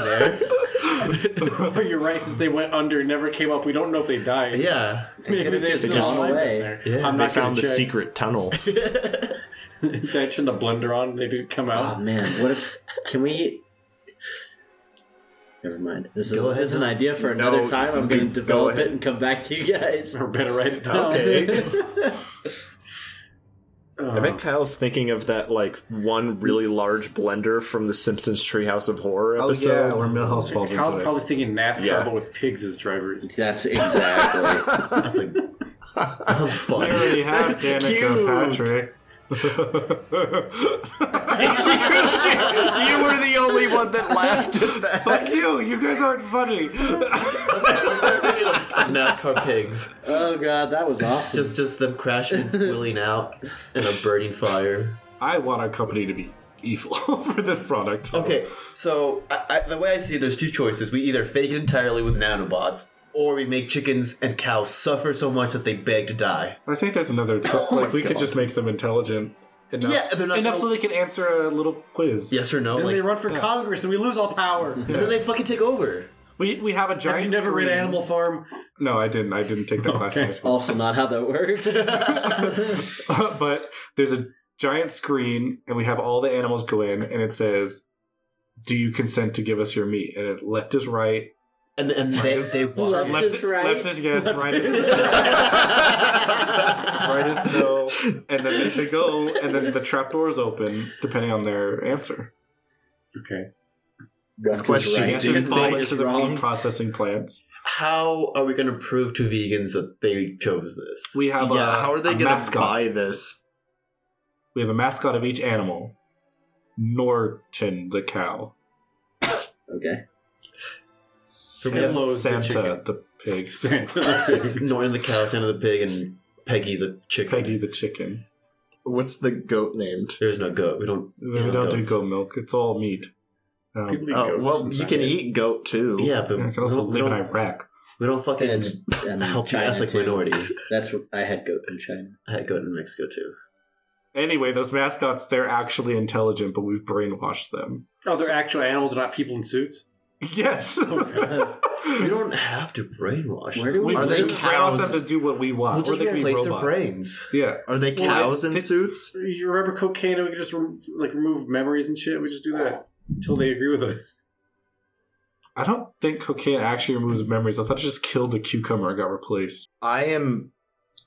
Speaker 2: there.
Speaker 4: Oh, you're right. Since they went under, and never came up. We don't know if they died.
Speaker 2: Yeah.
Speaker 4: maybe they just
Speaker 5: just
Speaker 4: alive
Speaker 5: away.
Speaker 4: in there.
Speaker 2: Yeah,
Speaker 4: I'm
Speaker 6: They
Speaker 4: not
Speaker 6: found the
Speaker 4: gonna check.
Speaker 6: secret tunnel.
Speaker 4: Did I turn the blender on? They didn't come
Speaker 5: Oh
Speaker 4: out.
Speaker 2: Ah.
Speaker 5: man, what if can we? Never mind. This is,
Speaker 2: Go
Speaker 5: this is an idea for
Speaker 6: No,
Speaker 5: another time. I'm
Speaker 6: you
Speaker 5: going
Speaker 6: can
Speaker 5: to
Speaker 6: go
Speaker 5: develop
Speaker 6: ahead.
Speaker 5: it and come back to you guys.
Speaker 4: Or better write it down. Oh.
Speaker 6: I
Speaker 4: Uh.
Speaker 6: bet Kyle's thinking of that like one really large blender from the Simpsons Treehouse of Horror
Speaker 1: Oh
Speaker 6: episode.
Speaker 1: yeah, where Millhouse falls
Speaker 4: Kyle's
Speaker 1: into
Speaker 4: probably thinking NASCAR,
Speaker 6: Yeah.
Speaker 4: but with pigs as drivers.
Speaker 5: That's exactly.
Speaker 2: That's like that was
Speaker 1: it.
Speaker 2: fun.
Speaker 1: We already have Danica and Patrick.
Speaker 6: you were the only one that laughed at that.
Speaker 1: Fuck you! You guys aren't funny.
Speaker 2: NASCAR pigs.
Speaker 5: oh god, that was awesome.
Speaker 2: Just just them crashing and squealing out in a burning fire.
Speaker 1: I want our company to be evil for this product.
Speaker 2: Okay, so I, I, the way I see it, there's two choices. We either fake it entirely with nanobots, or we make chickens and cows suffer so much that they beg to die.
Speaker 1: I think there's another. like we could just make them intelligent enough,
Speaker 2: Yeah, they're not
Speaker 1: enough
Speaker 2: gonna-
Speaker 1: so they can answer a little quiz.
Speaker 2: Yes or no?
Speaker 4: Then
Speaker 2: like,
Speaker 4: they run for Congress, and we lose all power.
Speaker 2: and then they fucking take over.
Speaker 1: We we have a giant.
Speaker 4: Have you never read
Speaker 1: screen.
Speaker 4: Animal Farm?
Speaker 1: No, I didn't. I didn't take that class in high school.
Speaker 5: also not how that works.
Speaker 1: but there's a giant screen, and we have all the animals go in, and it says, "Do you consent to give us your meat?" And it left is right,
Speaker 2: And and they they
Speaker 5: Love
Speaker 2: walk.
Speaker 1: left
Speaker 5: is right.
Speaker 1: left is yes, right is right is no, and then they, they go, and then the trap doors open depending on their answer.
Speaker 4: Okay.
Speaker 1: The
Speaker 6: question. Right.
Speaker 1: answers
Speaker 5: Do you
Speaker 1: fall
Speaker 5: think it's
Speaker 1: into the
Speaker 5: wrong?
Speaker 1: meat processing plants.
Speaker 2: How are we going to prove to vegans that they chose this?
Speaker 1: We have
Speaker 6: yeah,
Speaker 1: a,
Speaker 6: how are they
Speaker 1: a
Speaker 6: gonna
Speaker 1: mascot.
Speaker 6: buy this?
Speaker 1: We have a mascot of each animal. Norton the cow.
Speaker 5: Okay.
Speaker 4: we have Lowe's the
Speaker 1: Santa
Speaker 4: chicken.
Speaker 1: the pig.
Speaker 4: Santa the pig.
Speaker 2: Norton the cow, Santa the pig, and Peggy the chicken.
Speaker 1: Peggy the chicken.
Speaker 6: What's the goat named?
Speaker 2: There's no goat. We don't.
Speaker 1: We
Speaker 2: Yeah,
Speaker 1: don't do
Speaker 2: goats.
Speaker 1: goat milk. It's all meat. Um,
Speaker 4: People eat
Speaker 6: Oh
Speaker 4: goats
Speaker 6: well, you can
Speaker 4: sometimes.
Speaker 6: eat goat too.
Speaker 2: Yeah, but
Speaker 1: I
Speaker 2: we
Speaker 1: can also
Speaker 2: don't, we,
Speaker 1: live in
Speaker 2: don't,
Speaker 1: Iraq.
Speaker 2: we don't fucking
Speaker 5: And, I mean,
Speaker 2: help the
Speaker 5: China,
Speaker 2: ethnic
Speaker 5: too.
Speaker 2: minority.
Speaker 5: That's what I had goat in China.
Speaker 2: I had goat in Mexico too.
Speaker 1: Anyway, those mascots, they're actually intelligent, but we've brainwashed them.
Speaker 4: Oh, they're actual animals, they're not people in suits.
Speaker 1: Yes.
Speaker 2: You don't have to brainwash. them.
Speaker 5: Where do
Speaker 1: we
Speaker 5: we?
Speaker 6: Are
Speaker 1: we
Speaker 6: they
Speaker 1: just brainwash
Speaker 6: cows?
Speaker 1: them to do what we want.
Speaker 2: We'll
Speaker 1: or
Speaker 2: just
Speaker 1: they can be
Speaker 2: replace their
Speaker 1: robots.
Speaker 2: brains.
Speaker 1: Yeah.
Speaker 6: Are they
Speaker 1: Well,
Speaker 6: cows
Speaker 1: they-
Speaker 6: in
Speaker 1: they-
Speaker 6: suits?
Speaker 4: You remember cocaine? and We could just re- like remove memories and shit. We just do that until they agree with us.
Speaker 1: I don't think cocaine actually removes memories. I thought it just killed the cucumber and got replaced.
Speaker 6: I am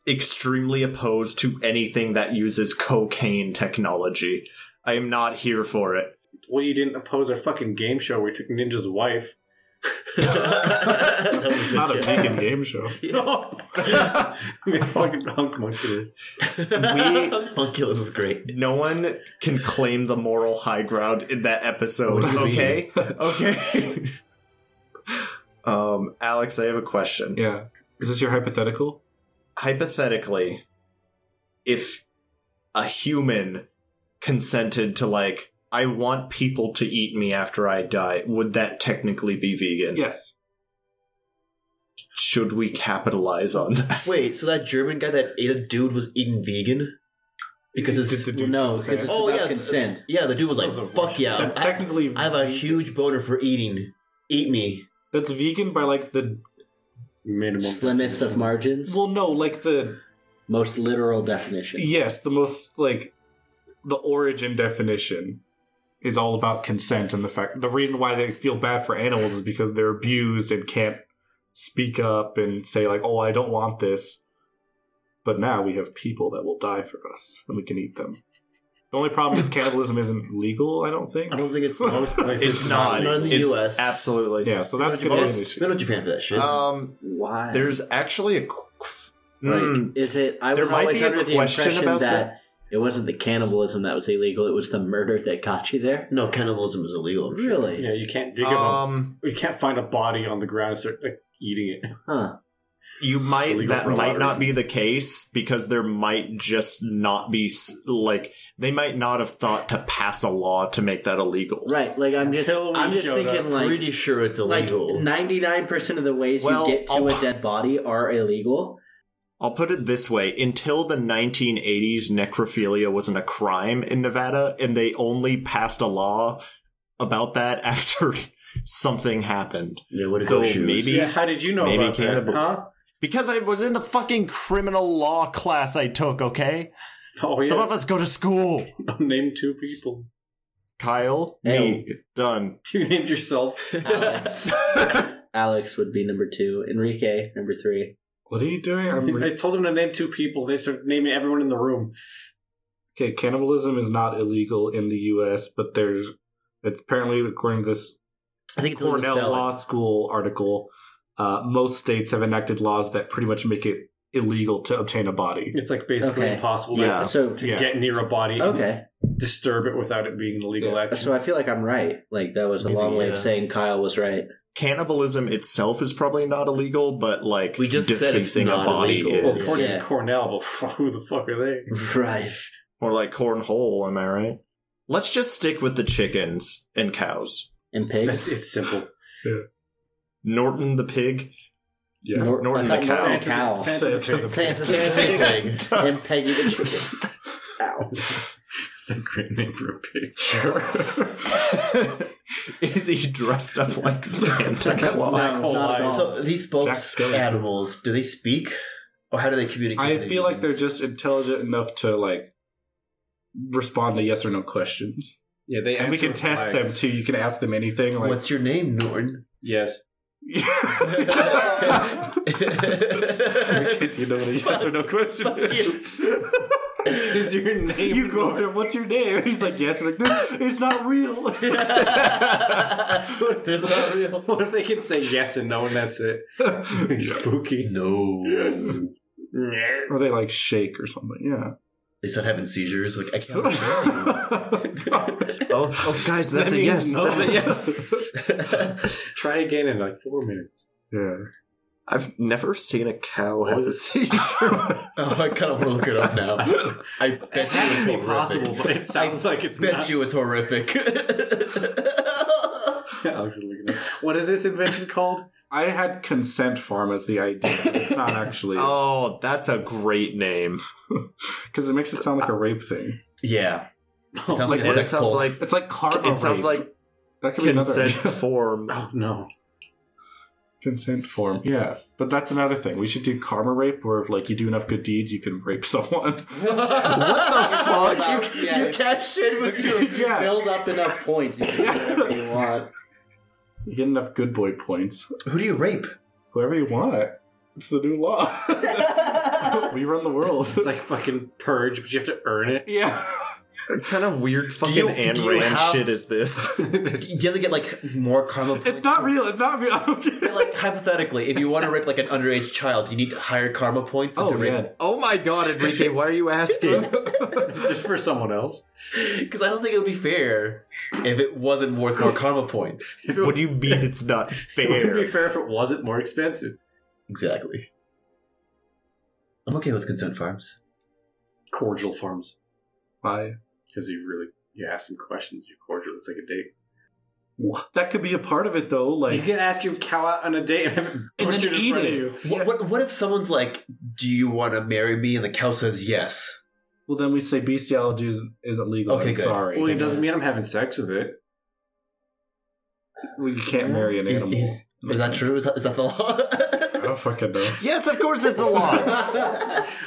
Speaker 6: extremely opposed to anything that uses cocaine technology. I am not here for it.
Speaker 4: Well, you didn't oppose our fucking game show. where We took Ninja's wife.
Speaker 2: That was
Speaker 1: It's not a
Speaker 2: it.
Speaker 1: vegan game show.
Speaker 4: No, I mean, fucking hunk monkey is.
Speaker 6: We-
Speaker 2: Funculus is great.
Speaker 6: No one can claim the moral high ground in that episode.
Speaker 2: What do you mean?
Speaker 6: Okay? Okay. um, Alex, I have a question.
Speaker 1: Yeah. Is this your hypothetical?
Speaker 6: hypothetically, if a human consented to like, I want people to eat me after I die, would that technically be vegan?
Speaker 1: Yes.
Speaker 6: Should we capitalize on that?
Speaker 2: Wait, so that German guy that ate a dude was eating vegan? Because it's
Speaker 1: Did the dude
Speaker 5: no, because
Speaker 1: consent?
Speaker 5: it's
Speaker 2: Oh,
Speaker 5: about
Speaker 2: yeah,
Speaker 5: consent.
Speaker 2: yeah, the dude was like,
Speaker 4: Those are
Speaker 2: "Fuck yeah,
Speaker 1: That's
Speaker 2: I,
Speaker 1: technically
Speaker 2: I have a huge boner for eating. Eat me."
Speaker 1: that's vegan by like the
Speaker 4: Minimum
Speaker 5: Slimmest of margins,
Speaker 1: well no like the
Speaker 5: most literal definition.
Speaker 1: yes the most like the origin definition is all about consent and the fact the reason why they feel bad for animals is because they're abused and can't speak up and say like oh I don't want this but now we have people that will die for us and we can eat them the only problem is cannibalism isn't legal I don't think
Speaker 2: I don't think it's
Speaker 4: most places.
Speaker 6: It's not.
Speaker 2: Not in the
Speaker 6: it's
Speaker 2: US.
Speaker 6: Absolutely.
Speaker 1: yeah so that's
Speaker 2: we
Speaker 1: gonna be an
Speaker 2: don't, Japan,
Speaker 1: issue
Speaker 2: we don't Japan for that shit.
Speaker 6: Um,
Speaker 5: Why?
Speaker 6: there's actually a. qu- qu-
Speaker 5: Like,
Speaker 6: Mm,
Speaker 5: is it? I
Speaker 6: There
Speaker 5: was
Speaker 6: might
Speaker 5: always
Speaker 6: be a
Speaker 5: under the
Speaker 6: question
Speaker 5: impression
Speaker 6: about
Speaker 5: that, it wasn't the cannibalism that was illegal; it was the murder that got you there.
Speaker 2: no, cannibalism is illegal. I'm sure.
Speaker 5: Really?
Speaker 4: Yeah, you can't dig up.
Speaker 6: um,
Speaker 4: You can't find a body on the ground and start like, eating it.
Speaker 5: Huh?
Speaker 6: you
Speaker 3: It's
Speaker 6: might
Speaker 3: illegal
Speaker 6: that
Speaker 3: for a lot
Speaker 6: might
Speaker 3: of
Speaker 6: not be
Speaker 3: reasons.
Speaker 6: the case because there might just not be s- like they might not have thought to pass a law to make that illegal.
Speaker 5: Right. Like I'm just
Speaker 4: Until we
Speaker 5: I'm just
Speaker 4: showed
Speaker 5: thinking
Speaker 4: up.
Speaker 5: like
Speaker 2: Pretty sure it's
Speaker 5: like
Speaker 2: illegal.
Speaker 5: ninety nine percent of the ways
Speaker 6: Well,
Speaker 5: you get to
Speaker 6: I'll-
Speaker 5: a dead body are illegal.
Speaker 6: I'll put it this way until the 1980s, necrophilia wasn't a crime in Nevada, and they only passed a law about that after something happened.
Speaker 2: yeah, what is
Speaker 6: So
Speaker 2: those shoes?
Speaker 6: maybe-
Speaker 4: Yeah, how did you know
Speaker 6: maybe
Speaker 4: about that?
Speaker 6: cannibal-
Speaker 4: Huh?
Speaker 6: Because I was in the fucking criminal law class I took, okay?
Speaker 4: Oh yeah.
Speaker 6: Some of us go to school.
Speaker 4: Name two people.
Speaker 6: Kyle,
Speaker 5: Hey.
Speaker 6: me, done.
Speaker 4: You named yourself.
Speaker 5: Alex. Alex would be number two. Enrique number three.
Speaker 1: What are you doing? I'm
Speaker 4: Um, I
Speaker 1: re-
Speaker 4: told them to name two people. They started naming everyone in the room.
Speaker 1: okay, cannibalism is not illegal in the U.S., but there's it's apparently according to this
Speaker 2: I think it's illegal to
Speaker 1: Cornell
Speaker 2: sell it.
Speaker 1: Law School article, uh, most states have enacted laws that pretty much make it illegal to obtain a body.
Speaker 4: It's like basically
Speaker 5: Okay.
Speaker 4: impossible
Speaker 6: Yeah.
Speaker 4: to,
Speaker 5: So
Speaker 4: to
Speaker 1: Yeah.
Speaker 4: get near a body and
Speaker 5: okay.
Speaker 4: disturb it without it being an illegal action.
Speaker 5: So I feel like I'm right. Like that was a
Speaker 6: Maybe,
Speaker 5: long way
Speaker 6: yeah.
Speaker 5: of saying Kyle was right.
Speaker 6: Cannibalism itself is probably not illegal, but like
Speaker 2: We just said it's
Speaker 6: defacing
Speaker 2: not
Speaker 6: a body
Speaker 2: illegal.
Speaker 4: well,
Speaker 6: is.
Speaker 4: according
Speaker 5: Yeah.
Speaker 4: to Cornell, but fuck, who the fuck are they?
Speaker 5: Right.
Speaker 6: Or like cornhole, am I right? Let's just stick with the chickens and cows.
Speaker 5: And pigs.
Speaker 4: That's, it's simple.
Speaker 6: Norton the pig.
Speaker 1: Yeah.
Speaker 5: Nor-
Speaker 6: Norton
Speaker 5: I thought
Speaker 6: the
Speaker 5: you
Speaker 6: cow.
Speaker 5: said cow.
Speaker 1: Santa the
Speaker 5: Santa
Speaker 2: Same
Speaker 5: the
Speaker 2: thing.
Speaker 5: pig. And Peggy the chicken. Ow.
Speaker 1: That's a great name for a picture.
Speaker 6: Is he dressed up like Santa Claus?
Speaker 4: Black
Speaker 5: it's
Speaker 4: hole
Speaker 5: not at
Speaker 4: eyes.
Speaker 5: all.
Speaker 2: So these
Speaker 1: Jack
Speaker 2: folks,
Speaker 1: Skellington.
Speaker 2: animals, do they speak, or how do they communicate?
Speaker 1: I
Speaker 2: to the
Speaker 1: feel like they're
Speaker 2: humans?
Speaker 1: just intelligent enough to like respond to yes or no questions,
Speaker 4: Yeah, they
Speaker 1: and we can test them too. You can ask them anything. Like,
Speaker 2: What's your name, Norton?
Speaker 4: Yes.
Speaker 1: you know what a yes or no question is.
Speaker 4: Is your name?
Speaker 1: You go up there. What's your name? And he's like, yes. And like, no, it's not real.
Speaker 4: What if they can say yes and no and that's it? Spooky.
Speaker 2: no.
Speaker 1: or they like shake or something. Yeah.
Speaker 2: They start having seizures. Like I can't.
Speaker 1: That's
Speaker 6: oh, oh, guys, that's a yes. That's a yes.
Speaker 4: Try again in like four minutes.
Speaker 1: yeah.
Speaker 6: I've never seen a cow
Speaker 4: What
Speaker 6: have
Speaker 4: was
Speaker 6: a
Speaker 4: it?
Speaker 6: seizure.
Speaker 2: oh, I kind of want to look it up now. I bet you
Speaker 4: It has
Speaker 2: it's
Speaker 4: to be
Speaker 2: horrific.
Speaker 4: possible, but it sounds like it's
Speaker 2: bet
Speaker 4: not.
Speaker 2: you it's horrific.
Speaker 4: Alex is looking up. What is this invention called?
Speaker 1: I had consent farm as the idea. It's not actually
Speaker 6: oh, that's a great name.
Speaker 1: because it makes it sound like a rape thing.
Speaker 2: yeah,
Speaker 4: Oh,
Speaker 2: sounds like
Speaker 6: it
Speaker 2: a sex
Speaker 6: sounds
Speaker 2: cult.
Speaker 6: like
Speaker 1: It's like car.
Speaker 6: it sounds like
Speaker 1: that could be another
Speaker 6: consent
Speaker 1: idea.
Speaker 6: form.
Speaker 4: oh no.
Speaker 1: consent form. Yeah, but that's another thing. We should do karma rape, where if, like you do enough good deeds, you can rape someone.
Speaker 6: What the fuck?
Speaker 5: You, you cash in with you. If you
Speaker 1: Yeah.
Speaker 5: build up enough points, you can do whatever you want.
Speaker 1: You get enough good boy points.
Speaker 2: Who do you rape?
Speaker 1: Whoever you want. It's the new law. we run the world.
Speaker 4: It's like fucking purge, but you have to earn it.
Speaker 1: yeah.
Speaker 6: What kind of weird fucking
Speaker 2: you- do
Speaker 6: Ayn
Speaker 2: you
Speaker 6: Rand
Speaker 2: have-
Speaker 6: shit is this?
Speaker 2: You have to get like more karma.
Speaker 1: It's not real. It's not real. I don't care.
Speaker 2: But, like hypothetically, if you want to rape like an underage child, you need higher karma points. than to
Speaker 1: Oh
Speaker 2: rape
Speaker 1: yeah.
Speaker 6: oh my god, Enrique, why are you asking?
Speaker 4: Just for someone else.
Speaker 2: Because I don't think it would be fair if it wasn't worth more karma points.
Speaker 4: If it
Speaker 6: what
Speaker 4: would,
Speaker 6: do you mean it's not
Speaker 4: it would
Speaker 6: fair?
Speaker 4: be fair if it wasn't more expensive.
Speaker 2: Exactly. I'm okay with consent farms.
Speaker 4: Cordial farms.
Speaker 1: Bye.
Speaker 4: Because you really you ask some questions, you cordial, it's like a date.
Speaker 1: That could be a part of it though. Like
Speaker 4: you can ask your cow out on a date and have it
Speaker 1: then
Speaker 4: butchered in
Speaker 1: eat
Speaker 4: front
Speaker 1: it.
Speaker 4: of you.
Speaker 2: What, what, what if someone's like, "Do you want to marry me?" and the cow says yes.
Speaker 1: Well, then we say bestiality is, isn't legal.
Speaker 2: Okay,
Speaker 1: I'm
Speaker 2: good.
Speaker 1: sorry.
Speaker 4: Well, it doesn't mean I'm having sex with it.
Speaker 1: Well, you can't marry an
Speaker 2: Is-
Speaker 1: animal.
Speaker 2: Is, is that true? Is that, is that the
Speaker 1: I don't fucking know.
Speaker 6: yes, of course it's the law.
Speaker 2: law?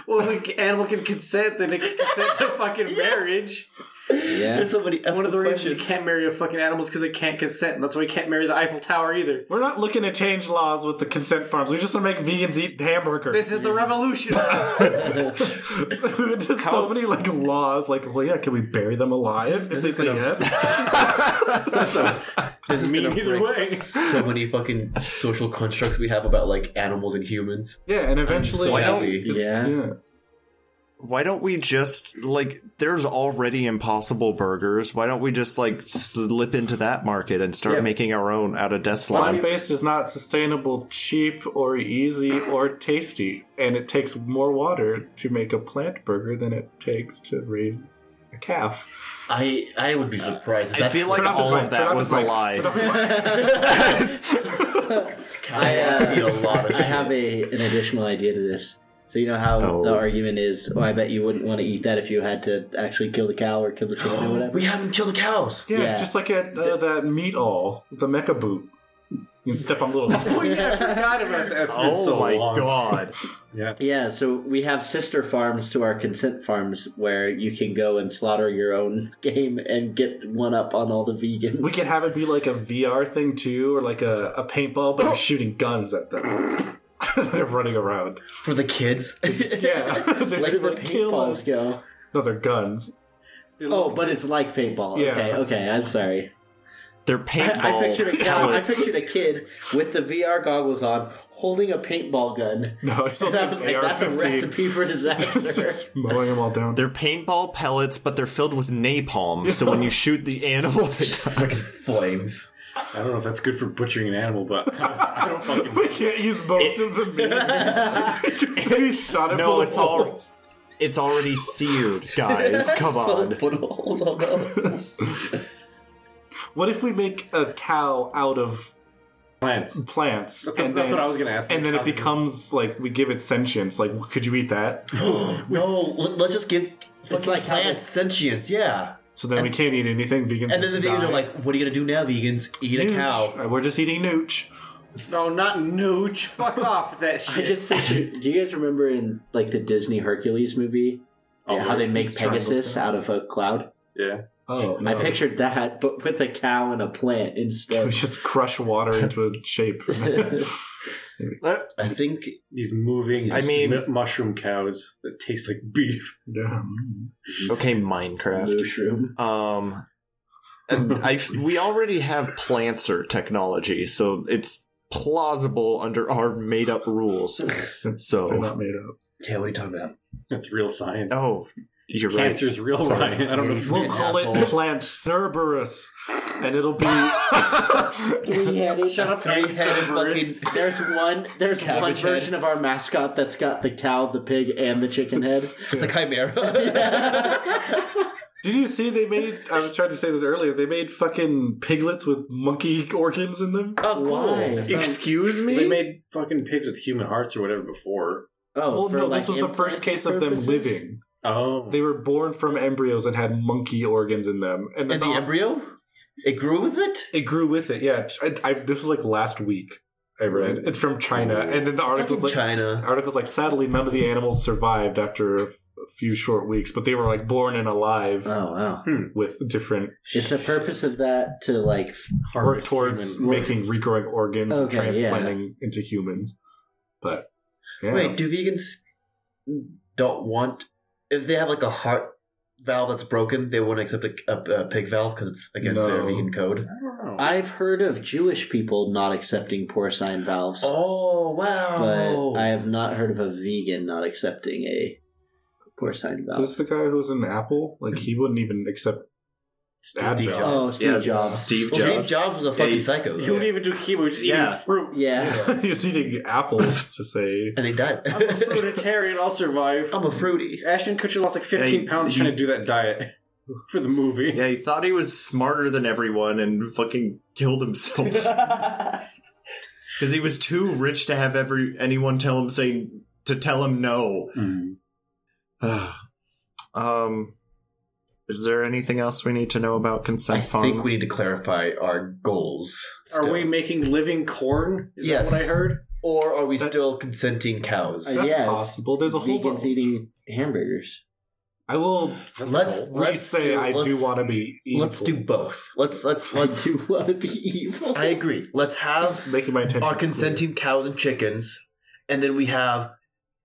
Speaker 4: Well, if an animal can consent, then it can consent to fucking marriage.
Speaker 5: Yeah.
Speaker 2: There's so many
Speaker 4: One of the reasons you
Speaker 2: questions.
Speaker 4: can't marry a fucking animal is because they can't consent. And that's why you can't marry the Eiffel Tower either.
Speaker 1: We're not looking to change laws with the consent farms. We just want to make vegans eat hamburgers.
Speaker 4: This is the revolution.
Speaker 1: There's so many like laws. Like, well, yeah, can we bury them alive? if they
Speaker 2: is
Speaker 1: say
Speaker 2: gonna-
Speaker 1: yes,
Speaker 2: This is
Speaker 4: Me
Speaker 2: gonna
Speaker 4: either
Speaker 2: break
Speaker 4: way.
Speaker 2: so many fucking social constructs we have about like animals and humans.
Speaker 1: yeah, and eventually,
Speaker 2: so happy.
Speaker 1: yeah.
Speaker 5: Yeah.
Speaker 6: why don't we just like there's already impossible burgers why don't we just like slip into that market and start
Speaker 4: Yeah.
Speaker 6: making our own out of death
Speaker 1: Plant
Speaker 6: slime
Speaker 1: based is not sustainable, cheap, or easy, or tasty, and it takes more water to make a plant burger than it takes to raise a calf.
Speaker 5: I I would be
Speaker 2: Uh,
Speaker 5: surprised. Is
Speaker 6: i
Speaker 5: that
Speaker 6: feel like
Speaker 1: Turn off his
Speaker 6: all
Speaker 1: mic,
Speaker 6: of
Speaker 1: turn
Speaker 6: that
Speaker 1: off
Speaker 6: was
Speaker 1: his
Speaker 6: a
Speaker 1: mic.
Speaker 6: lie
Speaker 5: I uh,
Speaker 2: eat a lot of
Speaker 5: I have a an additional idea to this. So you know how
Speaker 6: Oh.
Speaker 5: the argument is, oh, I bet you wouldn't want to eat that if you had to actually kill the cow or kill the chicken or whatever.
Speaker 2: we haven't killed the cows.
Speaker 1: yeah,
Speaker 5: Yeah.
Speaker 1: just like at uh, that meat all, the mecha boot. You can step on little.
Speaker 4: I forgot about that. It's been
Speaker 6: oh
Speaker 4: so
Speaker 6: my
Speaker 4: long.
Speaker 6: god
Speaker 5: Yeah, so we have sister farms to our consent farms where you can go and slaughter your own game and get one up on all the vegans.
Speaker 1: we could have it be like a VR thing too, or like a, a paintball,
Speaker 6: Oh.
Speaker 1: but you're shooting guns at them. they're running around.
Speaker 2: For the kids.
Speaker 1: Yeah, they're
Speaker 5: Where do the
Speaker 1: like, kill
Speaker 5: paintballs
Speaker 1: us.
Speaker 5: go?
Speaker 1: No, they're guns.
Speaker 5: Oh, but it's like paintball.
Speaker 1: Yeah.
Speaker 5: Okay, okay, I'm sorry.
Speaker 6: they're
Speaker 5: I, I
Speaker 6: paintball
Speaker 5: pictured a guy, I
Speaker 6: pellets
Speaker 5: pictured a kid with the VR goggles on, holding a paintball gun,
Speaker 1: No, it's not
Speaker 5: and I was like, "That's a
Speaker 1: AR-15.
Speaker 5: recipe for disaster."
Speaker 1: Just mowing them all down.
Speaker 6: they're paintball pellets but they're filled with napalm so when you shoot the animal they
Speaker 2: Freaking flames.
Speaker 4: I don't know if that's good for butchering an animal, but I don't fucking.
Speaker 1: we can't use most of the meat. Because they shot it
Speaker 6: No,
Speaker 1: full of
Speaker 6: it's all-
Speaker 1: holes.
Speaker 6: it's already seared guys come on
Speaker 2: Put holes on them.
Speaker 1: What if we make a cow out of
Speaker 4: Plants.
Speaker 1: plants,
Speaker 4: That's,
Speaker 1: and
Speaker 4: that's
Speaker 1: then
Speaker 4: what I was gonna ask.
Speaker 1: and then
Speaker 4: Like,
Speaker 1: it becomes like we give it sentience? Like, could you eat that?
Speaker 2: no, let- let's just give fucking
Speaker 5: like how
Speaker 2: plants sentience, yeah.
Speaker 1: So then we can't eat anything. Vegans
Speaker 2: And then the
Speaker 1: just
Speaker 2: vegans
Speaker 1: die.
Speaker 2: are like, what are you gonna do now, vegans? Eat a
Speaker 1: Nooch.
Speaker 2: cow.
Speaker 1: Uh, We're just eating nooch.
Speaker 4: No, not nooch. Fuck off with that shit.
Speaker 5: I just picture. Do you guys remember in like the Disney Hercules movie?
Speaker 4: Oh,
Speaker 5: how they
Speaker 4: Pegasus,
Speaker 5: make
Speaker 4: triangle
Speaker 5: Pegasus
Speaker 4: thing.
Speaker 5: out of a cloud?
Speaker 4: Yeah.
Speaker 1: Oh,
Speaker 5: I pictured that, but with a cow and a plant
Speaker 1: oh. We
Speaker 5: instead.
Speaker 1: just crush water into a shape.
Speaker 2: I think
Speaker 4: These moving
Speaker 6: I mean-
Speaker 4: mu- mushroom cows that taste like beef.
Speaker 1: yeah.
Speaker 6: okay minecraft
Speaker 5: Mushroom.
Speaker 6: Um, and I we already have planter technology, so it's plausible under our made up rules.
Speaker 1: They're
Speaker 6: So,
Speaker 1: not made up.
Speaker 2: Yeah, what are you talking about?
Speaker 4: That's real science.
Speaker 6: oh, you're right.
Speaker 4: Cancer's real,
Speaker 6: Sorry.
Speaker 4: Ryan. I don't know. If
Speaker 1: We'll call it Plant Cerberus, and it'll be.
Speaker 5: Three-headed-
Speaker 4: Shut up,
Speaker 5: three-headed
Speaker 4: Cerberus.
Speaker 5: fucking- There's one. There's
Speaker 2: Cabbage
Speaker 5: one
Speaker 2: head.
Speaker 5: version of our mascot that's got the cow, the pig, and the chicken head.
Speaker 2: It's a chimera.
Speaker 1: Did you see they made? I was trying to say this earlier. They made fucking piglets with monkey organs in them.
Speaker 5: Oh, Why?
Speaker 4: That sounds-
Speaker 6: Excuse
Speaker 4: They
Speaker 6: me.
Speaker 4: made fucking pigs with human hearts or whatever before.
Speaker 5: Oh,
Speaker 1: Well,
Speaker 5: for,
Speaker 1: no,
Speaker 5: like,
Speaker 1: this was the first
Speaker 5: implant
Speaker 1: case of them
Speaker 5: purposes?
Speaker 1: living.
Speaker 4: Oh,
Speaker 1: They were born from embryos and had monkey organs in them, and then
Speaker 2: and the embryo? It grew with it?
Speaker 1: it grew with it. Yeah, I, I, this was like last week. I
Speaker 5: Mm.
Speaker 1: read it's from China,
Speaker 5: Oh.
Speaker 1: and then the article's
Speaker 2: Fucking
Speaker 1: like
Speaker 2: China.
Speaker 1: articles like sadly none of the animals survived after a few short weeks, but they were like born and alive
Speaker 5: Oh wow!
Speaker 1: with different
Speaker 5: Is the purpose of that to like
Speaker 1: work
Speaker 4: Harvest
Speaker 1: towards
Speaker 4: human
Speaker 1: making regrowing organs and
Speaker 5: Okay,
Speaker 1: transplanting into humans. But yeah.
Speaker 2: Wait, do vegans don't want if they have like a heart valve that's broken, they won't accept a, a, a pig valve because it's against their
Speaker 1: No.
Speaker 2: vegan code.
Speaker 4: I don't know.
Speaker 5: I've heard of Jewish people not accepting porcine valves,
Speaker 2: Oh
Speaker 5: but
Speaker 2: wow!
Speaker 5: I have not heard of a vegan not accepting a porcine valve.
Speaker 1: was the guy who was in Apple? Like he wouldn't even accept
Speaker 2: Steve
Speaker 1: Advil.
Speaker 2: Jobs.
Speaker 5: Oh, Steve
Speaker 6: Yeah,
Speaker 5: Jobs.
Speaker 6: Steve
Speaker 2: well,
Speaker 6: Jobs.
Speaker 2: Steve Jobs was a fucking
Speaker 6: he-
Speaker 2: psycho,
Speaker 4: You wouldn't
Speaker 2: though.
Speaker 4: even do chemo. You're just
Speaker 6: Yeah.
Speaker 4: eating fruit.
Speaker 5: Yeah.
Speaker 1: he was eating apples to say
Speaker 2: and he died.
Speaker 4: I'm a fruitarian. I'll survive.
Speaker 2: I'm a fruity.
Speaker 4: Ashton Kutcher lost like 15
Speaker 6: Hey,
Speaker 4: pounds
Speaker 6: you-
Speaker 4: trying to do that diet for the movie.
Speaker 6: Yeah, he thought he was smarter than everyone and fucking killed himself because he was too rich to have every anyone tell him saying to tell him no.
Speaker 1: Hmm.
Speaker 6: um, is there anything else we need to know about consent
Speaker 2: I think
Speaker 6: forms?
Speaker 2: we need to clarify our goals.
Speaker 4: Are
Speaker 2: still.
Speaker 4: we making living corn? Is
Speaker 2: Yes.
Speaker 4: that what I heard?
Speaker 2: Or are we still consenting cows?
Speaker 5: I-
Speaker 1: that's
Speaker 5: yeah,
Speaker 1: possible. There's a whole
Speaker 5: Vegans
Speaker 1: bunch.
Speaker 5: eating hamburgers.
Speaker 1: I will
Speaker 2: let's
Speaker 1: let's
Speaker 2: let's
Speaker 1: say
Speaker 2: do-
Speaker 1: I do
Speaker 2: let's-
Speaker 1: want to be. Evil.
Speaker 2: Let's do both. Let's let's
Speaker 5: Let's
Speaker 2: let's.
Speaker 5: do want to be evil.
Speaker 2: I agree. Let's have
Speaker 1: making my intention.
Speaker 2: our consenting cows and chickens, and then we have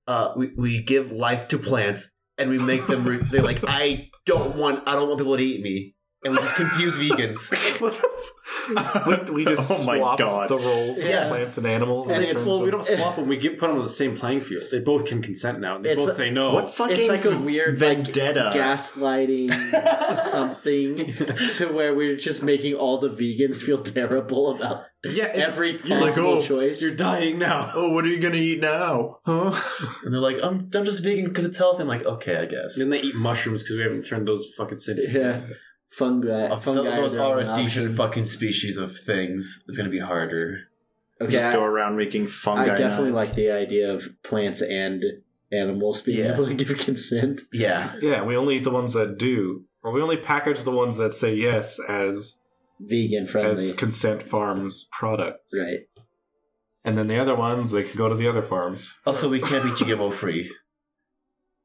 Speaker 2: uh we, we give life to plants and we make them re- they're like I don't want I don't want people to eat me and we just confuse vegans.
Speaker 1: What the f- We, we just
Speaker 6: Oh my
Speaker 1: swap
Speaker 6: God.
Speaker 1: the roles of
Speaker 5: Yes.
Speaker 1: plants and animals. in
Speaker 5: And it's-
Speaker 1: terms
Speaker 4: Well, we
Speaker 1: of-
Speaker 4: don't swap them. We get put them on the same playing field. They both can consent now. They
Speaker 5: It's
Speaker 4: both
Speaker 5: a-
Speaker 4: say no.
Speaker 6: What fucking
Speaker 5: Oh, it's like a weird like,
Speaker 2: uh,
Speaker 6: vendetta?
Speaker 5: gaslighting something to where we're just making all the vegans feel terrible about
Speaker 4: Yeah, if-
Speaker 5: every
Speaker 6: It's like,
Speaker 5: possible
Speaker 6: oh,
Speaker 5: choice.
Speaker 4: You're dying now.
Speaker 6: oh, what are you gonna eat now? Huh?
Speaker 2: And they're like, I'm, I'm just vegan because it's healthy. I'm like, okay, I guess.
Speaker 4: Then they eat mushrooms because we haven't turned those fucking cities.
Speaker 5: yeah, fungi.
Speaker 2: Uh,
Speaker 5: fungi
Speaker 2: th- those
Speaker 5: their
Speaker 2: are
Speaker 5: only
Speaker 2: a
Speaker 5: option.
Speaker 2: decent fucking species of things. It's gonna be harder.
Speaker 5: Okay,
Speaker 6: Just
Speaker 5: I-
Speaker 6: go around making
Speaker 5: I
Speaker 6: fungi.
Speaker 5: definitely
Speaker 6: knives.
Speaker 5: like the idea of plants and animals being
Speaker 2: Yeah.
Speaker 5: able to give consent.
Speaker 2: Yeah.
Speaker 1: Yeah, we only eat the ones that do, or we only package the ones that say yes as
Speaker 5: Vegan friendly.
Speaker 1: as consent farms products,
Speaker 5: right.
Speaker 1: and then the other ones they can go to the other farms.
Speaker 2: Also, we can't be GMO free.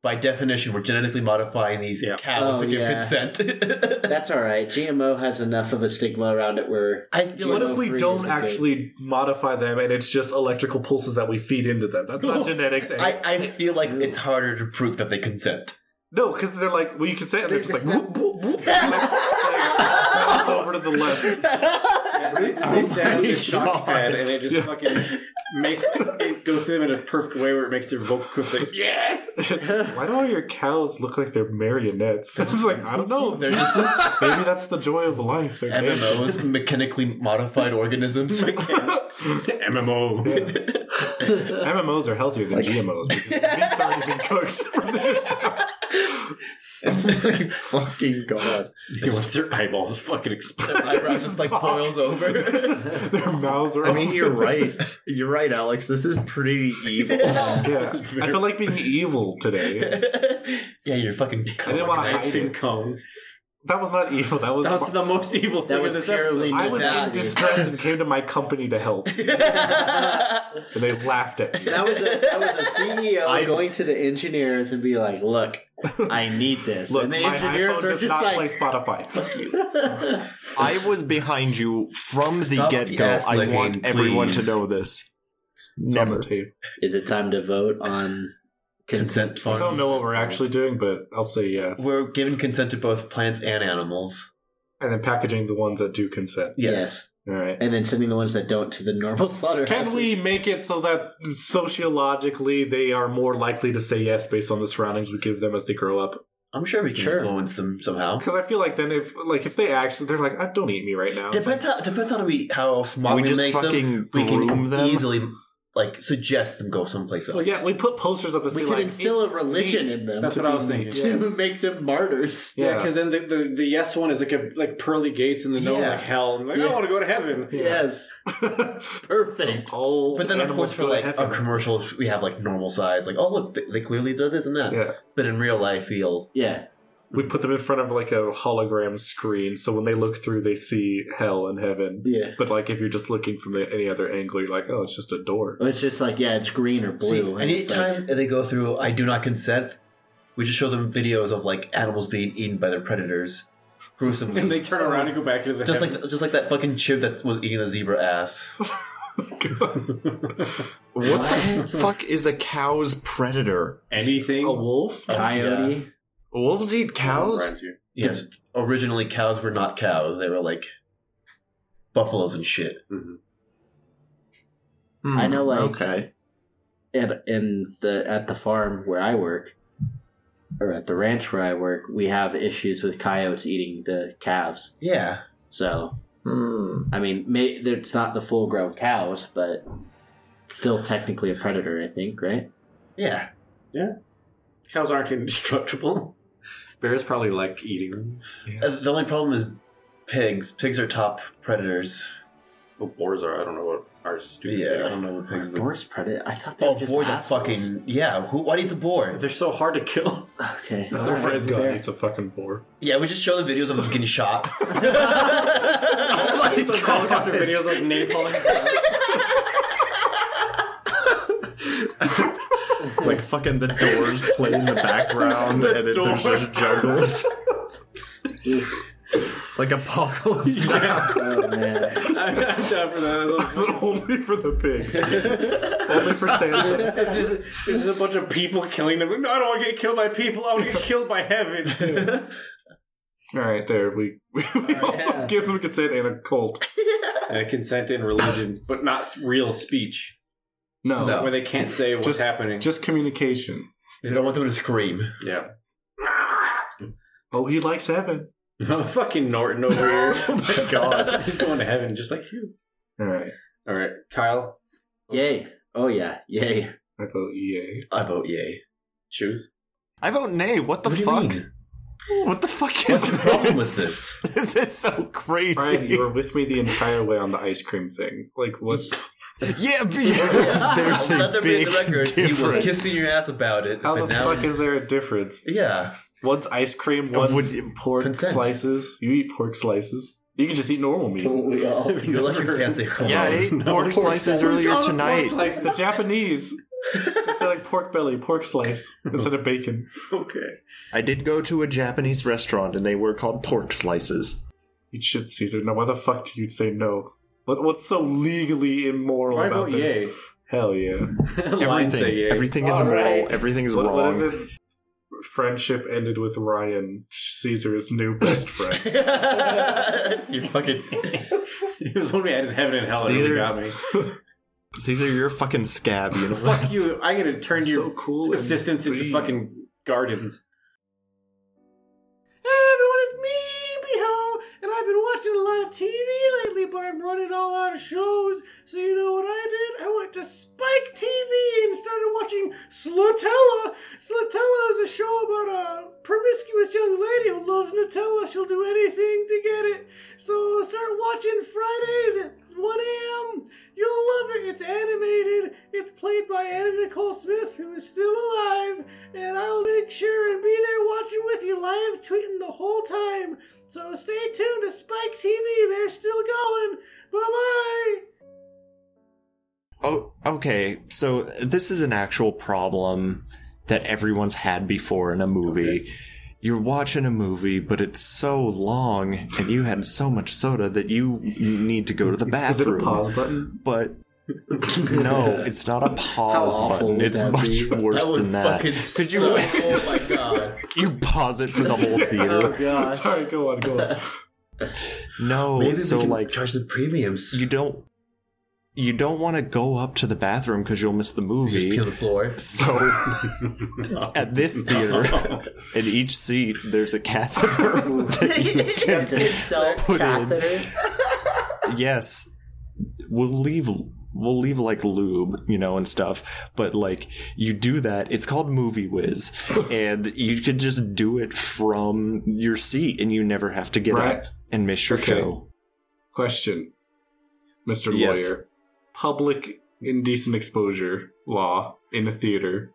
Speaker 2: By definition, we're genetically modifying these
Speaker 1: Yeah.
Speaker 2: cows
Speaker 5: Oh,
Speaker 2: to give
Speaker 5: yeah.
Speaker 2: consent.
Speaker 5: That's all right. GMO has enough of a stigma around it where
Speaker 2: I feel
Speaker 1: What
Speaker 2: like
Speaker 1: if we
Speaker 5: free
Speaker 1: don't
Speaker 5: isn't
Speaker 1: actually modify them, and it's just electrical pulses that we feed into them? That's not genetics. And,
Speaker 2: I, I feel like it's harder to prove that they consent.
Speaker 1: no, because they're like, well, you can say, it, and they're just like, whoop, whoop, whoop, like, like, bounce over to the left.
Speaker 4: They, they stand on this shock pad and it just fucking makes it goes to them in a perfect way where it makes their vocal cords like yeah.
Speaker 1: Why do all your cows look like they're marionettes? I'm just like, I don't know.
Speaker 2: They're just
Speaker 1: Maybe that's the joy of life. They're dancing.
Speaker 2: MMOs, mechanically modified organisms.
Speaker 4: MMO.
Speaker 1: MMOs are healthier than GMOs because the meat's already been cooked. From the
Speaker 6: my fucking god.
Speaker 4: Dude, once their eyeballs fucking explode.
Speaker 2: Eyebrows just like boils over.
Speaker 1: Their mouths are.
Speaker 6: I mean,
Speaker 1: all-
Speaker 6: you're right. You're right, Alex. This is pretty evil.
Speaker 1: Yeah. I feel like being evil today.
Speaker 2: yeah, you're fucking.
Speaker 1: I didn't want to
Speaker 4: Ice
Speaker 1: hide
Speaker 4: cream
Speaker 1: it.
Speaker 4: cone.
Speaker 1: That was not evil. That was.
Speaker 4: That was the most evil thing
Speaker 5: That was
Speaker 4: in this episode.
Speaker 5: purely
Speaker 1: I was in
Speaker 5: Exactly.
Speaker 1: distress and came to my company to help, and they laughed at me.
Speaker 5: That was a that was a CEO going to the engineers and be like, "Look, I need this."
Speaker 1: Look,
Speaker 5: and the
Speaker 1: my
Speaker 5: engineers
Speaker 1: iPhone
Speaker 5: are
Speaker 1: does
Speaker 5: just
Speaker 1: not
Speaker 5: like,
Speaker 1: play Spotify.
Speaker 6: I was behind you from the
Speaker 2: Stop
Speaker 6: get
Speaker 2: the
Speaker 6: go.
Speaker 2: ass
Speaker 6: I
Speaker 2: licking,
Speaker 6: want everyone to
Speaker 2: please.
Speaker 6: know this.
Speaker 1: It's on the
Speaker 6: Never.
Speaker 1: tape.
Speaker 5: "Is it time to vote on consent?"
Speaker 2: consent
Speaker 1: I
Speaker 2: farms.
Speaker 1: don't know what we're actually doing, but I'll say yes.
Speaker 2: We're giving consent to both plants and animals.
Speaker 1: and then packaging the ones that do consent.
Speaker 2: Yes.
Speaker 1: All right.
Speaker 5: And then sending the ones that don't to the normal slaughterhouses.
Speaker 1: Can we make it so that sociologically they are more likely to say yes based on the surroundings we give them as they grow up?
Speaker 2: I'm sure we can
Speaker 5: Sure.
Speaker 2: influence them somehow.
Speaker 1: Because I feel like then if like if they actually they're like, I don't eat me right now. It's
Speaker 2: Depends how depends how we how smart
Speaker 6: we
Speaker 2: we,
Speaker 6: just
Speaker 2: make them.
Speaker 6: fucking
Speaker 2: We
Speaker 6: groom
Speaker 2: can
Speaker 6: them.
Speaker 2: easily like suggest them go someplace else.
Speaker 1: Like, yeah, we put posters up that
Speaker 5: We
Speaker 1: say
Speaker 5: could
Speaker 1: like
Speaker 5: instill a
Speaker 1: it's
Speaker 5: religion
Speaker 1: meat.
Speaker 5: in them
Speaker 4: That's
Speaker 5: to,
Speaker 4: what I was thinking.
Speaker 1: Yeah.
Speaker 5: to make them martyrs.
Speaker 4: Yeah,
Speaker 1: Yeah.
Speaker 4: because then the, the, the yes one is like a like pearly gates and the no is
Speaker 2: Yeah.
Speaker 4: like hell. And like, I
Speaker 2: Yeah.
Speaker 4: want to go to heaven.
Speaker 5: Yes, perfect.
Speaker 1: oh,
Speaker 2: But then, of course, for like our commercials, we have like normal size. Like, oh look, they, they clearly do this and that.
Speaker 1: Yeah.
Speaker 2: But in real life, you'll
Speaker 5: Yeah,
Speaker 1: we put them in front of like a hologram screen, so when they look through, they see hell and heaven.
Speaker 5: yeah.
Speaker 1: But like if you're just looking from the, any other angle, you're like, oh, it's just a door.
Speaker 5: It's just like yeah, it's green or blue.
Speaker 2: blue.
Speaker 5: and it's like-
Speaker 2: anytime they go through, I do not consent. We just show them videos of like animals being eaten by their predators, gruesomely.
Speaker 4: And they turn around and go back into the
Speaker 2: just like
Speaker 4: heaven.
Speaker 2: just like that fucking chib that was eating the zebra ass.
Speaker 6: What the fuck is a cow's predator?
Speaker 4: anything.
Speaker 1: a wolf?
Speaker 5: coyote.
Speaker 6: Wolves eat cows?
Speaker 2: Yes. Originally, cows were not cows. They were like buffaloes and shit.
Speaker 6: Hmm,
Speaker 5: I know, like-
Speaker 6: Okay.
Speaker 5: at in the at the farm where I work, or at the ranch where I work, we have issues with coyotes eating the calves.
Speaker 2: Yeah.
Speaker 5: So
Speaker 6: Hmm.
Speaker 5: I mean, may, it's not the full grown cows, but still technically a predator. I think, right?
Speaker 2: Yeah.
Speaker 4: Cows aren't indestructible. Bears probably like eating them.
Speaker 2: Uh, The only problem is pigs. Pigs are top predators.
Speaker 4: Well, boars are. I don't know what are stupid.
Speaker 2: Yeah, I
Speaker 4: things.
Speaker 2: don't know what
Speaker 5: Are
Speaker 2: pigs are.
Speaker 5: boars predator? I thought they
Speaker 2: Oh,
Speaker 5: were just
Speaker 2: boars are
Speaker 5: assholes.
Speaker 2: fucking yeah. Who? Why needs a boar?
Speaker 4: They're so hard to kill.
Speaker 5: okay.
Speaker 1: That's
Speaker 5: all
Speaker 1: their
Speaker 5: right,
Speaker 1: friend's gun.
Speaker 5: fair.
Speaker 1: It's a fucking boar.
Speaker 2: Yeah, we just show the videos of them getting shot.
Speaker 6: Oh my
Speaker 4: Those helicopter
Speaker 6: God.
Speaker 4: videos like napalm.
Speaker 6: like fucking the doors play in the background and it, there's just jungles. it's like apocalypse now.
Speaker 5: Oh man!
Speaker 4: I'm down for that.
Speaker 1: but only for the pigs. only for Santa.
Speaker 4: It's just, it's just a bunch of people killing them. No, I don't want to get killed by people. I want to get killed by heaven.
Speaker 1: All right, there we we also
Speaker 5: yeah.
Speaker 1: give them consent in a cult.
Speaker 4: Uh, consent in religion, but not s- real speech,
Speaker 1: No,
Speaker 4: where they can't say what's
Speaker 1: Just-
Speaker 4: happening.
Speaker 1: just communication.
Speaker 2: They don't want them to scream.
Speaker 4: yeah.
Speaker 1: Oh, he likes heaven.
Speaker 4: Fucking Norton over here.
Speaker 3: Oh my god.
Speaker 4: He's going to heaven just like you.
Speaker 1: All right,
Speaker 4: All right, Kyle,
Speaker 5: Yay. Oh, yeah. Yay.
Speaker 1: I vote EA.
Speaker 2: I vote yay.
Speaker 4: choose.
Speaker 6: I vote nay. What the
Speaker 2: What do you
Speaker 6: fuck?
Speaker 2: mean?
Speaker 6: What the fuck is
Speaker 2: What's the
Speaker 6: this?
Speaker 2: problem with this?
Speaker 6: This is so crazy.
Speaker 1: Brian, you were with me the entire way on the ice cream thing. Like, what's
Speaker 6: Yeah, b- there's
Speaker 2: Let
Speaker 6: a
Speaker 2: there be
Speaker 6: big
Speaker 2: the record.
Speaker 6: difference.
Speaker 2: He was kissing your ass about it.
Speaker 1: how
Speaker 2: but
Speaker 1: the
Speaker 2: now
Speaker 1: fuck is there a difference?
Speaker 2: Yeah.
Speaker 1: One's ice cream,
Speaker 6: Uh,
Speaker 1: one's
Speaker 6: would-
Speaker 1: pork
Speaker 2: consent.
Speaker 1: slices. You eat pork slices. You can just eat normal meat.
Speaker 5: Don't we all?
Speaker 2: You electric fancy.
Speaker 6: yeah, I ate pork slices earlier tonight.
Speaker 1: The Japanese. It's like pork belly, pork slice instead of bacon.
Speaker 4: Okay.
Speaker 6: I did go to a Japanese restaurant and they were called pork slices.
Speaker 1: You shit, Caesar. Now, why the fuck do you say no? What, what's so legally immoral
Speaker 4: I
Speaker 1: about
Speaker 4: vote
Speaker 1: this?
Speaker 4: yay.
Speaker 1: Hell yeah.
Speaker 4: Lion say
Speaker 6: Everything,
Speaker 4: yay.
Speaker 6: everything is immoral. Everything is
Speaker 1: What,
Speaker 6: wrong.
Speaker 1: what is it? Friendship ended with Ryan, Caesar's new best friend.
Speaker 2: You're fucking.
Speaker 4: It was when we added heaven and hell. It
Speaker 6: Caesar.
Speaker 4: really got me.
Speaker 6: Caesar, you're a fucking scab. You know.
Speaker 4: Fuck you. I'm going to turn
Speaker 1: so
Speaker 4: your
Speaker 1: cool. and
Speaker 4: assistants into
Speaker 1: free.
Speaker 4: fucking gardens.
Speaker 6: Oh, okay. So this is an actual problem that everyone's had before in a movie. You're watching a movie, but it's so long, and you had so much soda that you need to go to the
Speaker 1: Is it
Speaker 6: bathroom.
Speaker 1: a pause button?
Speaker 6: But no, it's not a pause
Speaker 5: awful
Speaker 6: button.
Speaker 5: would
Speaker 6: It's
Speaker 5: that
Speaker 6: much
Speaker 5: be?
Speaker 6: worse
Speaker 2: that would
Speaker 6: than that.
Speaker 2: fucking.
Speaker 6: Could you-
Speaker 2: suck. Oh my god.
Speaker 6: You pause it for the whole theater.
Speaker 5: gosh.
Speaker 1: Sorry, go on, go on.
Speaker 6: No,
Speaker 2: Maybe
Speaker 6: so
Speaker 2: we can
Speaker 6: like
Speaker 2: charge the premiums.
Speaker 6: you don't you don't want to go up to the bathroom because you'll miss the
Speaker 2: just
Speaker 6: movie.
Speaker 2: peel the floor.
Speaker 6: So at this theater, in each seat, there's a catheter. that you can- put in. yes, we'll leave. We'll leave like lube, you know, and stuff. But like, you do that. It's called Movie Whiz, and you could just do it from your seat, and you never have to get
Speaker 1: Right.
Speaker 6: up and miss your
Speaker 1: Okay.
Speaker 6: show.
Speaker 1: Question, Mr.
Speaker 6: Yes.
Speaker 1: Lawyer. Public indecent exposure law in a theater.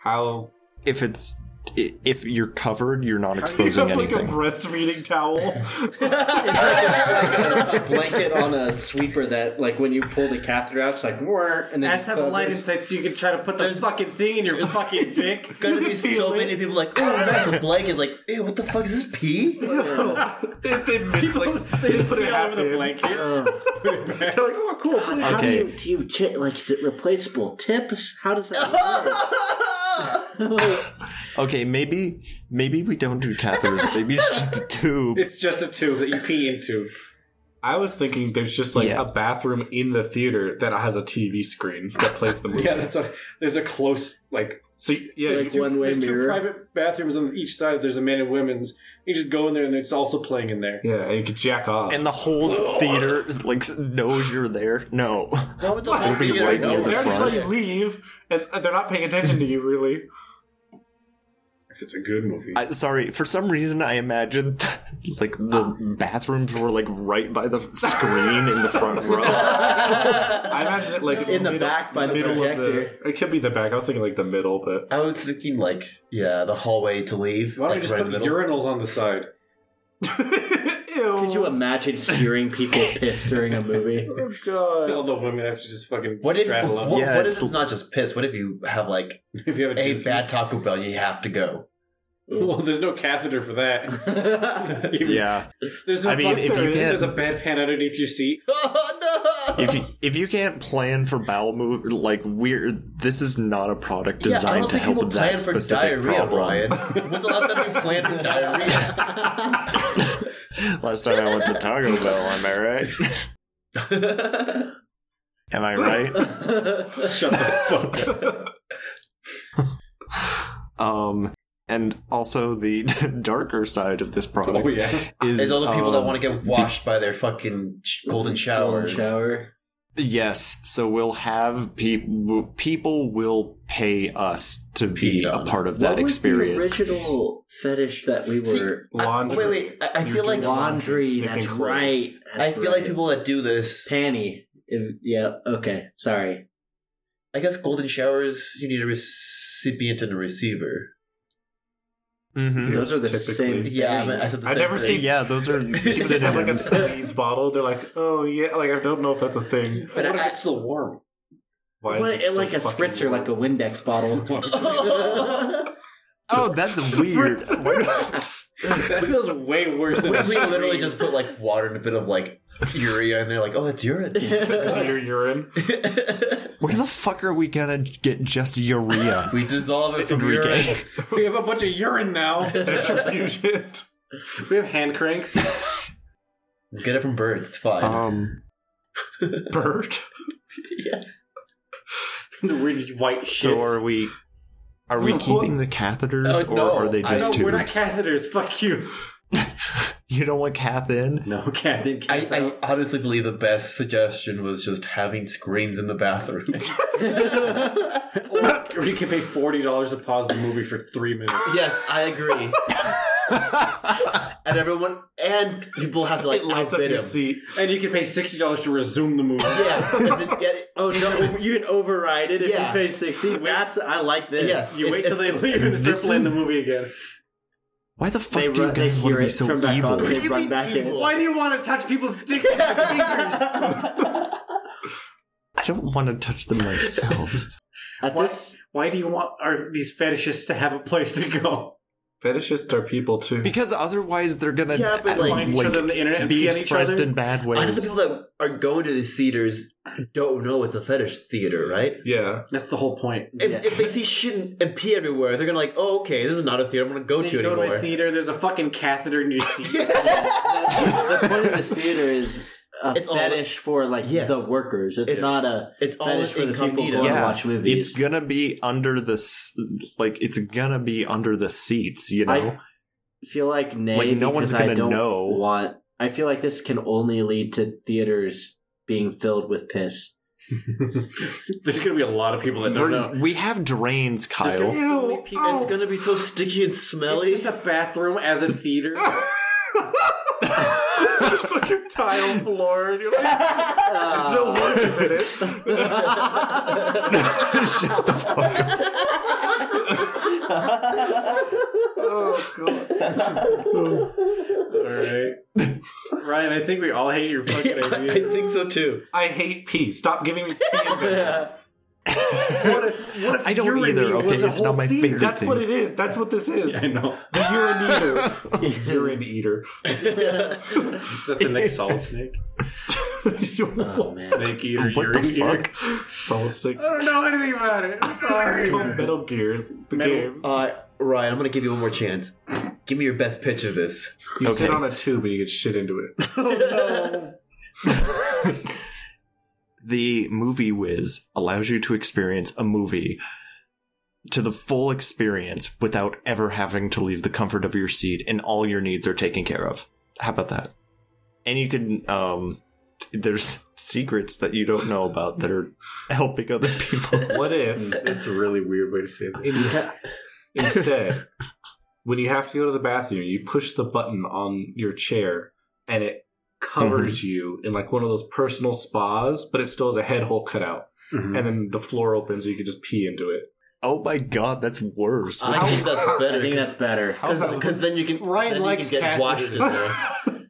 Speaker 1: How
Speaker 6: If it's i- if you're covered, you're not
Speaker 1: you
Speaker 6: exposing
Speaker 1: have like
Speaker 6: anything.
Speaker 1: a breastfeeding towel?
Speaker 5: a blanket on a sweeper that, like, when you pull the catheter out, it's like, "Whirr," and then
Speaker 4: I have to have a light inside so you can try to put the fucking thing in your fucking dick.
Speaker 2: Gonna be so many people like, oh, that's a blanket. Like, ew, what the fuck is this pee?
Speaker 1: they, they miss, like, they put it half in. They're like, oh, cool. put it
Speaker 5: How
Speaker 6: Okay.
Speaker 5: do you, do you check, like, is it replaceable? Tips? How does that work?
Speaker 6: Okay, maybe maybe we don't do catheters. maybe it's just a tube.
Speaker 4: It's just a tube that you pee into.
Speaker 1: I was thinking there's just like
Speaker 6: Yeah.
Speaker 1: a bathroom in the theater that has a TV screen that plays the movie.
Speaker 4: Yeah, that's what. There's a close like.
Speaker 1: So yeah,
Speaker 4: there's
Speaker 5: Like
Speaker 4: two-
Speaker 5: one-way
Speaker 4: there's two
Speaker 5: mirror.
Speaker 4: private bathrooms on each side. There's a man and women's. You just go in there and it's also playing in there.
Speaker 1: yeah, and you could jack off.
Speaker 6: and the whole theater like knows you're there. No,
Speaker 2: Why would the
Speaker 6: It'll be
Speaker 2: theater
Speaker 6: right
Speaker 2: know
Speaker 6: near the
Speaker 1: they're
Speaker 2: that?
Speaker 1: just
Speaker 6: front.
Speaker 1: like leave, and they're not paying attention to you really.
Speaker 4: If it's a good movie.
Speaker 6: I, sorry. For some reason, I imagined like the bathrooms were like right by the screen in the front row.
Speaker 1: I imagine it like
Speaker 5: In the back by the projector.
Speaker 1: Of the, it could be the back. I was thinking like the middle, but
Speaker 2: I was thinking like, yeah, the hallway to leave.
Speaker 4: Why don't
Speaker 2: like,
Speaker 4: we just
Speaker 2: right in
Speaker 4: put
Speaker 2: the middle.
Speaker 4: urinals on the side?
Speaker 1: ew.
Speaker 5: Could you imagine hearing people piss during a movie?
Speaker 1: Oh god.
Speaker 4: All the women have to just fucking
Speaker 2: What if
Speaker 4: straddle up.
Speaker 2: what,
Speaker 6: Yeah,
Speaker 2: what if
Speaker 6: it's-
Speaker 2: it's not just piss? What if you have like
Speaker 4: if you have a,
Speaker 2: a
Speaker 4: dick?
Speaker 2: bad Taco Bell, you have to go.
Speaker 4: Well, there's no catheter for that.
Speaker 5: That's
Speaker 4: Even-
Speaker 6: Yeah,
Speaker 4: There's no
Speaker 6: I mean,
Speaker 4: plus
Speaker 6: if
Speaker 4: there
Speaker 6: you
Speaker 4: is.
Speaker 6: get-
Speaker 4: there's a bedpan underneath your seat.
Speaker 2: Oh
Speaker 6: if you, if you can't plan for bowel move, like weird, this is not a product
Speaker 5: Yeah, I
Speaker 6: designed
Speaker 5: don't
Speaker 6: to
Speaker 5: think
Speaker 6: help
Speaker 5: people
Speaker 6: with that
Speaker 5: plan for
Speaker 6: specific
Speaker 5: diarrhea,
Speaker 6: problem.
Speaker 5: Ryan. When's the last time you planned for diarrhea?
Speaker 6: Last time I went to Taco Bell, am I right? Am I right?
Speaker 5: Shut the fuck up.
Speaker 6: Um, and also the darker side of this product
Speaker 4: Oh yeah.
Speaker 6: is,
Speaker 2: Is all the people that
Speaker 6: um,
Speaker 2: want to get washed by their fucking sh- golden showers.
Speaker 5: shower.
Speaker 6: Yes, so we'll have people. People will pay us to be
Speaker 2: Peed
Speaker 6: a
Speaker 2: on.
Speaker 6: part of
Speaker 5: what
Speaker 6: that
Speaker 5: was
Speaker 6: experience.
Speaker 5: the original fetish that we
Speaker 2: See,
Speaker 5: were?
Speaker 2: I-
Speaker 1: Laundry.
Speaker 2: Uh, wait, wait. I, I
Speaker 1: You
Speaker 2: feel
Speaker 1: do
Speaker 2: like
Speaker 5: laundry.
Speaker 1: Sniffing
Speaker 5: That's
Speaker 1: clothes.
Speaker 5: right.
Speaker 2: I
Speaker 5: that's
Speaker 2: feel like
Speaker 5: right.
Speaker 2: people that do this.
Speaker 5: panty. If, yeah. Okay. Sorry.
Speaker 2: I guess golden showers. You need a recipient and a receiver.
Speaker 6: Mhm.
Speaker 5: Those are the
Speaker 1: typically.
Speaker 5: same. thing.
Speaker 2: Yeah, I, meant- I said the
Speaker 1: I've
Speaker 2: same
Speaker 1: never
Speaker 2: thing.
Speaker 1: seen-
Speaker 6: Yeah, those are
Speaker 1: If they have like a
Speaker 6: synonyms.
Speaker 1: squeeze bottle, they're like, oh yeah, like I don't know if that's a thing.
Speaker 4: But what
Speaker 2: I-
Speaker 4: if it's still warm?
Speaker 1: Why is
Speaker 5: What-
Speaker 1: it still
Speaker 5: like a
Speaker 1: fucking
Speaker 5: spritzer, like a Windex bottle.
Speaker 2: that
Speaker 6: oh, that's weird.
Speaker 2: feels way worse than we, we literally just put like water and a bit of like urea and they're like oh it's urine
Speaker 1: deer urine?
Speaker 6: Where the fuck are we gonna get just urea?
Speaker 2: we dissolve it from
Speaker 6: Enrique.
Speaker 2: urine
Speaker 4: We have a bunch of urine now.
Speaker 1: Centrifuge it.
Speaker 4: we have hand cranks.
Speaker 2: get it from birds it's fine
Speaker 5: Uh,
Speaker 6: Um,
Speaker 1: Bird.
Speaker 2: yes
Speaker 4: the weird white shit.
Speaker 6: so are we? Are we
Speaker 1: What?
Speaker 6: keeping the catheters,
Speaker 2: Oh,
Speaker 6: or
Speaker 2: no,
Speaker 6: are they
Speaker 2: I
Speaker 6: just
Speaker 2: don't-
Speaker 4: no, we're not
Speaker 6: tubes?
Speaker 4: catheters. Fuck you.
Speaker 6: You don't want cath in.
Speaker 4: No, cath. Didn't cath
Speaker 2: I, I honestly believe the best suggestion was just having screens in the bathroom
Speaker 4: out. or you can pay forty dollars to pause the movie for three minutes.
Speaker 2: yes i agree and everyone and people have to like
Speaker 1: it lights up
Speaker 2: outbid
Speaker 1: your
Speaker 2: him.
Speaker 1: seat.
Speaker 4: And you can pay sixty dollars to resume the movie.
Speaker 2: yeah, and then- yeah
Speaker 5: oh no! You can override it if
Speaker 2: Yeah.
Speaker 5: you pay sixty. That's I like this.
Speaker 2: Yes.
Speaker 4: You
Speaker 2: It's-
Speaker 4: wait till they
Speaker 2: it's-
Speaker 4: leave and start
Speaker 6: this
Speaker 4: playing
Speaker 6: is-
Speaker 4: the movie again.
Speaker 6: Why the fuck
Speaker 5: They
Speaker 6: do you
Speaker 5: run. They
Speaker 6: guys want
Speaker 5: hear
Speaker 6: to be
Speaker 5: it
Speaker 6: so
Speaker 5: from back
Speaker 6: evil?
Speaker 5: off. They
Speaker 2: do you
Speaker 5: run
Speaker 2: mean
Speaker 5: back
Speaker 2: evil?
Speaker 5: in.
Speaker 4: Why do you want to touch people's dicks with your fingers?
Speaker 6: I don't want to touch them myself.
Speaker 5: At
Speaker 4: Why,
Speaker 5: this,
Speaker 4: why do you want our, these fetishists to have a place to go?
Speaker 1: Fetishists are people too.
Speaker 6: because otherwise they're gonna
Speaker 2: Yeah, but, like,
Speaker 4: Find each other on the internet and
Speaker 6: be
Speaker 4: pee on each
Speaker 6: expressed
Speaker 4: other?
Speaker 6: in bad
Speaker 2: I think the
Speaker 6: ways.
Speaker 2: people that are going to these theaters don't know it's a fetish theater, right?
Speaker 1: yeah.
Speaker 4: That's the whole point.
Speaker 2: If,
Speaker 5: Yeah.
Speaker 2: if they see shit and, and pee everywhere, they're gonna like, oh, okay, this is not a theater I'm gonna go to
Speaker 4: You go to
Speaker 2: anymore.
Speaker 4: a theater, there's a fucking catheter in your seat.
Speaker 5: the point of this theater is a
Speaker 2: It's all-
Speaker 5: fetish for like
Speaker 2: Yes.
Speaker 5: the workers. It's,
Speaker 2: It's-
Speaker 5: not a
Speaker 2: it's all
Speaker 5: fetish for the people
Speaker 2: incognito.
Speaker 5: going
Speaker 6: Yeah.
Speaker 5: to watch movies.
Speaker 6: It's gonna be under the s- like. It's gonna be under the seats. You know.
Speaker 5: I feel like nay,
Speaker 6: Like, no one's
Speaker 5: because I
Speaker 6: gonna
Speaker 5: don't
Speaker 6: know.
Speaker 5: Want I feel like this can only lead to theaters being filled with piss.
Speaker 4: there's gonna be a lot of people that don't
Speaker 6: We're-
Speaker 4: know.
Speaker 6: we have drains,
Speaker 2: There's gonna be
Speaker 6: Kyle.
Speaker 2: so many people-
Speaker 1: Oh.
Speaker 2: It's gonna be so sticky and
Speaker 4: It's
Speaker 2: smelly.
Speaker 4: just a bathroom as a theater.
Speaker 1: Just fucking tile floor. And you're like, there's no
Speaker 5: Uh,
Speaker 1: horses in it.
Speaker 6: Shut the fuck up.
Speaker 1: oh god.
Speaker 4: Alright. Ryan, I think we all hate your fucking
Speaker 2: I
Speaker 4: idea.
Speaker 2: think so too.
Speaker 1: I hate pee. Stop giving me pee. inventions.
Speaker 4: What if, what if
Speaker 6: I don't
Speaker 4: urine
Speaker 6: either.
Speaker 4: was
Speaker 6: Okay,
Speaker 4: a
Speaker 6: it's not
Speaker 4: whole
Speaker 6: my
Speaker 4: thing?
Speaker 6: favorite
Speaker 1: That's
Speaker 6: thing.
Speaker 1: what it is. That's what this is.
Speaker 4: I know.
Speaker 1: The urine eater. urine eater.
Speaker 4: Is that the next solid snake?
Speaker 5: Oh man.
Speaker 4: Snake eater,
Speaker 6: What
Speaker 4: urine
Speaker 6: the
Speaker 4: eater.
Speaker 6: fuck?
Speaker 1: Soul stick.
Speaker 4: I don't know anything about it. I'm
Speaker 1: It's
Speaker 4: sorry.
Speaker 1: called Metal Gears. The
Speaker 4: Metal-
Speaker 1: games.
Speaker 2: Uh, Ryan, I'm gonna give you one more chance. Give me your best pitch of this.
Speaker 1: you sit
Speaker 6: okay.
Speaker 1: on a tube and you get shit into it.
Speaker 6: the movie whiz allows you to experience a movie to the full experience without ever having to leave the comfort of your seat and all your needs are taken care of how about that and you can um there's secrets that you don't know about that are helping other people
Speaker 1: What if
Speaker 4: Mm, That's a really weird way to say that.
Speaker 1: ins- instead when you have to go to the bathroom, you push the button on your chair and it covers
Speaker 4: Mm-hmm.
Speaker 1: you in like one of those personal spas, but it still has a head hole cut out.
Speaker 6: Mm-hmm.
Speaker 1: And then the floor opens, you can just pee into it.
Speaker 6: oh my god that's worse
Speaker 2: I think that's
Speaker 5: I think
Speaker 2: better
Speaker 5: that's better.
Speaker 1: How's that look?
Speaker 2: because then you can
Speaker 4: Ryan
Speaker 2: then you
Speaker 4: likes
Speaker 2: can get
Speaker 4: catheters.
Speaker 2: washed as well.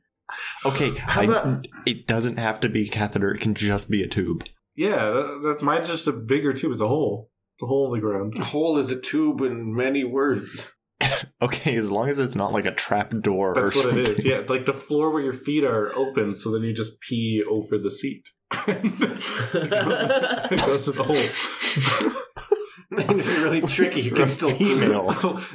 Speaker 6: okay I,
Speaker 5: about-
Speaker 6: it doesn't have to be a catheter it can just be a tube
Speaker 1: Yeah, that, that's mine's just a bigger tube. It's a hole. It's a hole in the ground.
Speaker 4: Hole is a tube in many words.
Speaker 6: okay, as long as it's not like a trap door
Speaker 1: That's
Speaker 6: or
Speaker 1: what
Speaker 6: something.
Speaker 1: it is. Yeah, like the floor where your feet are open, so then you just pee over the seat. it goes to the hole.
Speaker 4: And if you're really tricky, you
Speaker 6: You're a
Speaker 4: can still
Speaker 6: female.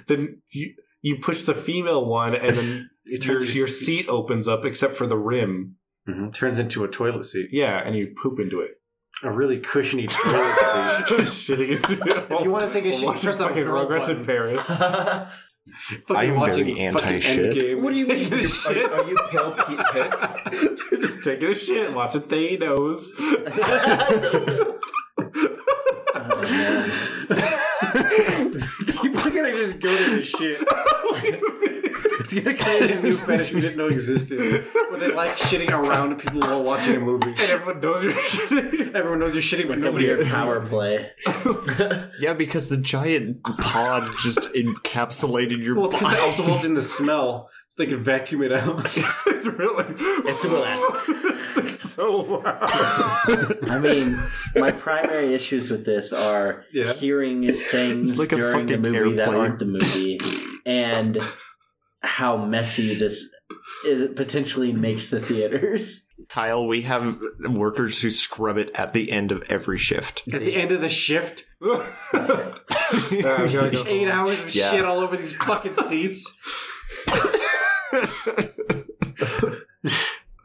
Speaker 1: then you you push the female one, and then
Speaker 4: It
Speaker 1: your
Speaker 4: turns
Speaker 1: your seat opens up, except for the rim.
Speaker 4: Mhm. turns into a toilet seat,
Speaker 1: Yeah, and you poop into it.
Speaker 4: a really cushiony toilet seat.
Speaker 1: Just shitting into it.
Speaker 4: If you want to think of shit,
Speaker 1: Watching
Speaker 4: press the
Speaker 1: fucking
Speaker 4: girl
Speaker 1: Rugrats
Speaker 4: button.
Speaker 1: in Paris.
Speaker 4: Fucking
Speaker 6: I am very
Speaker 4: watching
Speaker 6: anti-shit.
Speaker 4: fucking Endgame.
Speaker 2: What do you mean?
Speaker 4: Taking a
Speaker 2: Are,
Speaker 4: shit.
Speaker 2: you- are you pill pe- piss?
Speaker 1: Just taking a shit, watching Thanos.
Speaker 4: Oh, People are gonna just go to this shit. it's gonna create a new fetish we didn't know existed, where they like shitting around people while watching a movie.
Speaker 1: and everyone knows you're shitting.
Speaker 4: Everyone knows you're shitting, but
Speaker 5: It's a
Speaker 4: nobody
Speaker 5: weird
Speaker 4: else.
Speaker 5: power play.
Speaker 6: yeah, because the giant pod just encapsulated your
Speaker 4: Well, it's because
Speaker 6: body.
Speaker 4: they also hold in the smell, so they can vacuum it out.
Speaker 1: it's really. It's like so loud.
Speaker 5: I mean, my primary issues with this are
Speaker 4: Yeah.
Speaker 5: hearing things
Speaker 6: It's like a
Speaker 5: during the
Speaker 6: fucking
Speaker 5: movie that
Speaker 6: airplane.
Speaker 5: aren't the movie, and how messy this is, potentially makes the theaters.
Speaker 6: Kyle, we have workers who scrub it at the end of every shift.
Speaker 4: At the end of the shift,
Speaker 1: Yeah, I'm gonna
Speaker 4: eight hours of
Speaker 6: Yeah.
Speaker 4: shit all over these fucking seats.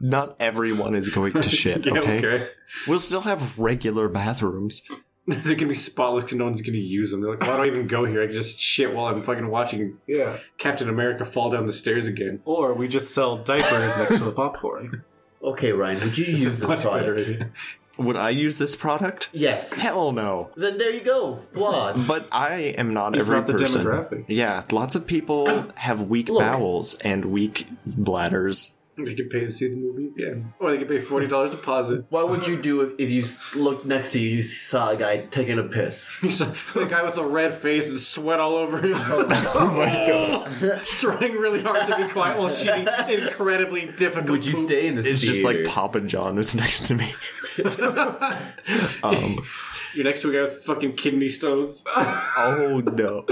Speaker 6: Not everyone is going to shit,
Speaker 4: Yeah,
Speaker 6: okay? We'll still have regular bathrooms.
Speaker 4: They're gonna be spotless because no one's gonna use them. They're like, why do I even go here? I can just shit while I'm fucking watching
Speaker 1: go- yeah.
Speaker 4: Captain America fall down the stairs again.
Speaker 1: Or we just sell diapers next to the popcorn.
Speaker 2: Okay, Ryan, would you
Speaker 4: It's a
Speaker 2: use this
Speaker 4: much better
Speaker 2: product?
Speaker 4: idea.
Speaker 6: Would I use this product?
Speaker 2: Yes.
Speaker 6: Hell no.
Speaker 2: Then there you go. Flawed.
Speaker 6: But I am not
Speaker 1: It's
Speaker 6: every
Speaker 1: not the
Speaker 6: person.
Speaker 1: demographic.
Speaker 6: Yeah, lots of people have weak
Speaker 2: Look.
Speaker 6: bowels and weak bladders.
Speaker 4: They can pay to see the movie, yeah. Or they can pay forty dollars deposit.
Speaker 2: What would you do if, if you s- looked next to you, you saw a guy taking a piss?
Speaker 4: So, the guy with a red face and sweat all over him. oh my god! Trying really hard to be quiet while shooting incredibly difficult.
Speaker 2: Would you
Speaker 4: poops.
Speaker 2: stay in this
Speaker 6: It's just like
Speaker 2: theater?
Speaker 6: Papa John is next to me. um,
Speaker 4: You're next to a guy with fucking kidney stones.
Speaker 6: oh no.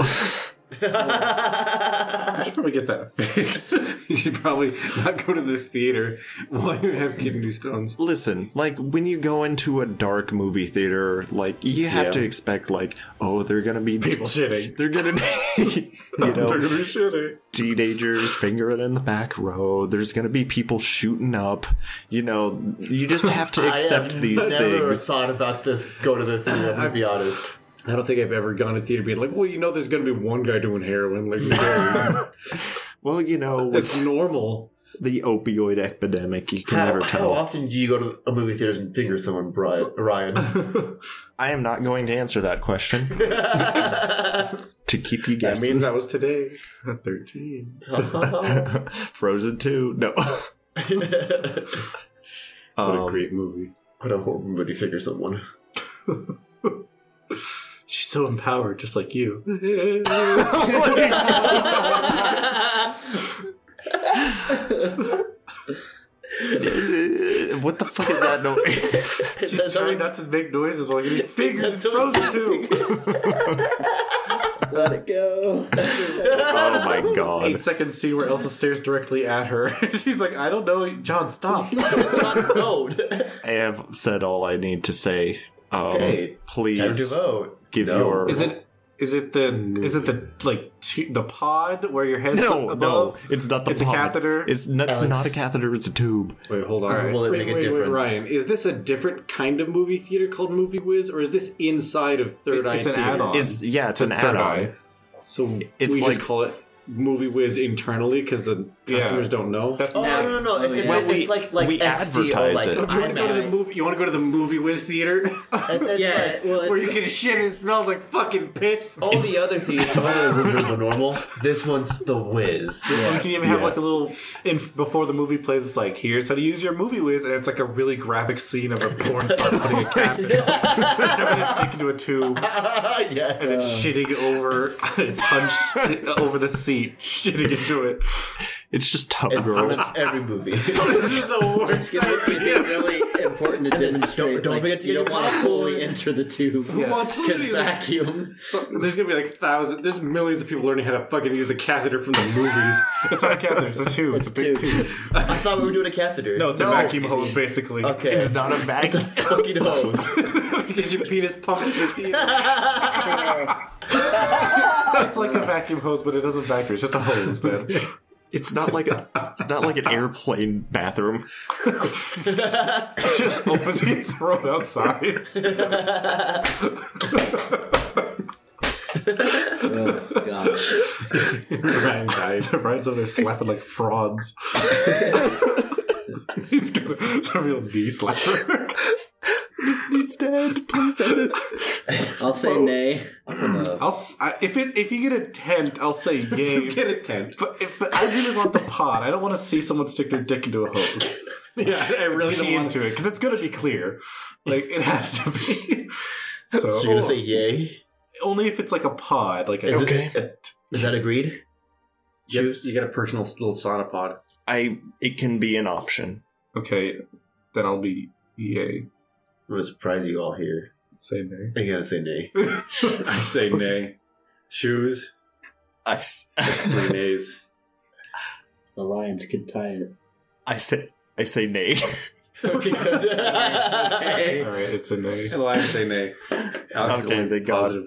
Speaker 1: I should probably get that fixed.
Speaker 4: you should probably not go to the theater while you have kidney stones.
Speaker 6: Listen, like when you go into a dark movie theater, like you have
Speaker 1: Yeah.
Speaker 6: to expect like, oh, they're gonna be
Speaker 1: People shitting.
Speaker 6: They're gonna be you
Speaker 1: They're
Speaker 6: know
Speaker 1: gonna be shitting.
Speaker 6: teenagers fingering in the back row. There's gonna be people shooting up. You know, you just have to accept these things.
Speaker 2: thought about this. Go to the theater. I'm gonna be honest.
Speaker 4: I don't think I've ever gone to theater being like, well, you know, there's going to be one guy doing heroin. Like, no.
Speaker 6: Well, you know, with
Speaker 4: it's normal.
Speaker 6: the opioid epidemic, you can
Speaker 2: How,
Speaker 6: never
Speaker 2: how
Speaker 6: tell.
Speaker 2: often do you go to a movie theaters and finger someone, Brian? Ryan?
Speaker 6: I am not going to answer that question to keep you
Speaker 1: That
Speaker 6: guessing.
Speaker 1: means that was today. 13.
Speaker 6: Frozen two, no.
Speaker 4: What a
Speaker 6: Um,
Speaker 4: great movie.
Speaker 2: what a horrible movie to finger someone.
Speaker 1: She's so empowered, just like you.
Speaker 6: what the fuck is that noise?
Speaker 1: She's trying not to make noises while getting fingered and frozen too.
Speaker 5: Let it go.
Speaker 6: oh my
Speaker 1: Eight
Speaker 6: god.
Speaker 1: seconds scene where Elsa stares directly at her. She's like, I don't know. John, stop.
Speaker 2: Not vote.
Speaker 6: I have said all I need to say. Um,
Speaker 2: Okay, Time to
Speaker 6: please
Speaker 2: vote.
Speaker 6: give
Speaker 2: No.
Speaker 6: your.
Speaker 1: Is it? Is it the? Is it the like t- the pod where your head's
Speaker 6: no,
Speaker 1: up
Speaker 6: no,
Speaker 1: above?
Speaker 6: it's not the
Speaker 1: It's a
Speaker 6: pod.
Speaker 1: catheter?
Speaker 6: It's not, it's
Speaker 2: Alex.
Speaker 6: not a catheter. It's a tube.
Speaker 4: Wait, hold on.
Speaker 1: Alright.
Speaker 2: Will it
Speaker 4: wait,
Speaker 2: make a
Speaker 4: wait, wait,
Speaker 2: difference?
Speaker 4: Ryan, is this a different kind of movie theater called Movie Whiz, or is this inside of Third
Speaker 1: It-
Speaker 4: Eye?
Speaker 1: it's an
Speaker 4: Theater?
Speaker 1: add-on.
Speaker 6: It's yeah, it's an
Speaker 1: Third
Speaker 6: add-on.
Speaker 1: eye.
Speaker 4: So
Speaker 6: It's
Speaker 4: we
Speaker 6: like-
Speaker 4: just call it Movie Whiz internally because the
Speaker 1: Yeah.
Speaker 4: customers don't know.
Speaker 1: That's
Speaker 2: Oh no no no! It- it-
Speaker 6: Well,
Speaker 2: it's
Speaker 6: we-
Speaker 2: like like
Speaker 6: we
Speaker 2: XDO,
Speaker 6: advertise
Speaker 2: like
Speaker 6: it.
Speaker 4: you want to go to the
Speaker 2: IMAX.
Speaker 4: movie? You want to go to the Movie Whiz theater
Speaker 2: It's, it's
Speaker 5: Yeah,
Speaker 2: like
Speaker 5: well,
Speaker 4: where you
Speaker 5: it's,
Speaker 4: get shit and it smells like fucking piss?
Speaker 1: Oh,
Speaker 2: all the other theaters, all the other rooms are the normal. This one's the whiz.
Speaker 1: You can even have like a little in before the movie plays. It's like here's how to use your movie whiz, and it's like a really graphic scene of a porn star putting a cap in shoving his dick into a tube
Speaker 2: yes.
Speaker 1: and then shitting over his hunched uh, over the seat, shitting into it.
Speaker 6: It's just tub
Speaker 2: In front
Speaker 6: girl.
Speaker 2: of every movie.
Speaker 4: This is the worst.
Speaker 5: it's gonna be really important to demonstrate.
Speaker 2: don't
Speaker 5: like,
Speaker 2: forget to
Speaker 5: you
Speaker 2: get
Speaker 5: don't
Speaker 2: your
Speaker 5: want to fully
Speaker 2: popcorn.
Speaker 5: enter the tube.
Speaker 1: Yeah.
Speaker 4: wants to
Speaker 5: Because
Speaker 4: do that?
Speaker 5: vacuum.
Speaker 4: So, there's gonna be like thousands, there's millions of people learning how to fucking use a catheter from the movies.
Speaker 1: It's not a catheter. It's a tube. It's,
Speaker 5: It's
Speaker 1: a big
Speaker 5: tube.
Speaker 1: tube.
Speaker 2: I thought we were doing a catheter.
Speaker 1: No, it's a vacuum hose, basically.
Speaker 2: Okay.
Speaker 6: It's not a
Speaker 2: It's a
Speaker 6: vacuum.
Speaker 2: fucking hose.
Speaker 4: Because your penis pumps through the theater.
Speaker 1: It's like a vacuum hose, but it doesn't vacuum. It's just a hose, man.
Speaker 6: It's not like a it's not like an airplane bathroom.
Speaker 1: just opens and throw it outside.
Speaker 5: Oh, God.
Speaker 4: Ryan dies.
Speaker 1: Ryan's over there slapping like frauds. He's gonna, it's a real knee slapper.
Speaker 6: This needs to end. Please end it.
Speaker 5: I'll say nay.
Speaker 1: I'll, s- I, if it if you get a tent, I'll say yay.
Speaker 4: Get a tent.
Speaker 1: but if the, I really want the pod, I don't want to see someone stick their dick into a hose.
Speaker 4: Yeah, I really don't
Speaker 1: Key
Speaker 4: want to.
Speaker 1: into it because it's gonna be clear. Like it has to be. So
Speaker 2: So you're gonna say yay?
Speaker 1: only if it's like a pod, like a,
Speaker 2: Is It, is that agreed? Shoes?
Speaker 4: You get a personal little sonopod.
Speaker 6: I it can be an option.
Speaker 1: okay, then I'll be yay.
Speaker 2: I'm gonna surprise you all here.
Speaker 1: Say nay.
Speaker 2: I gotta say nay.
Speaker 4: I say nay. Shoes.
Speaker 6: I, s-
Speaker 4: Three nays.
Speaker 5: The lions could tie it.
Speaker 6: I say I say nay.
Speaker 2: Okay.
Speaker 1: All right, it's a nay.
Speaker 4: And I say nay. Alex is
Speaker 6: Okay,
Speaker 4: only
Speaker 6: thank God.
Speaker 4: positive.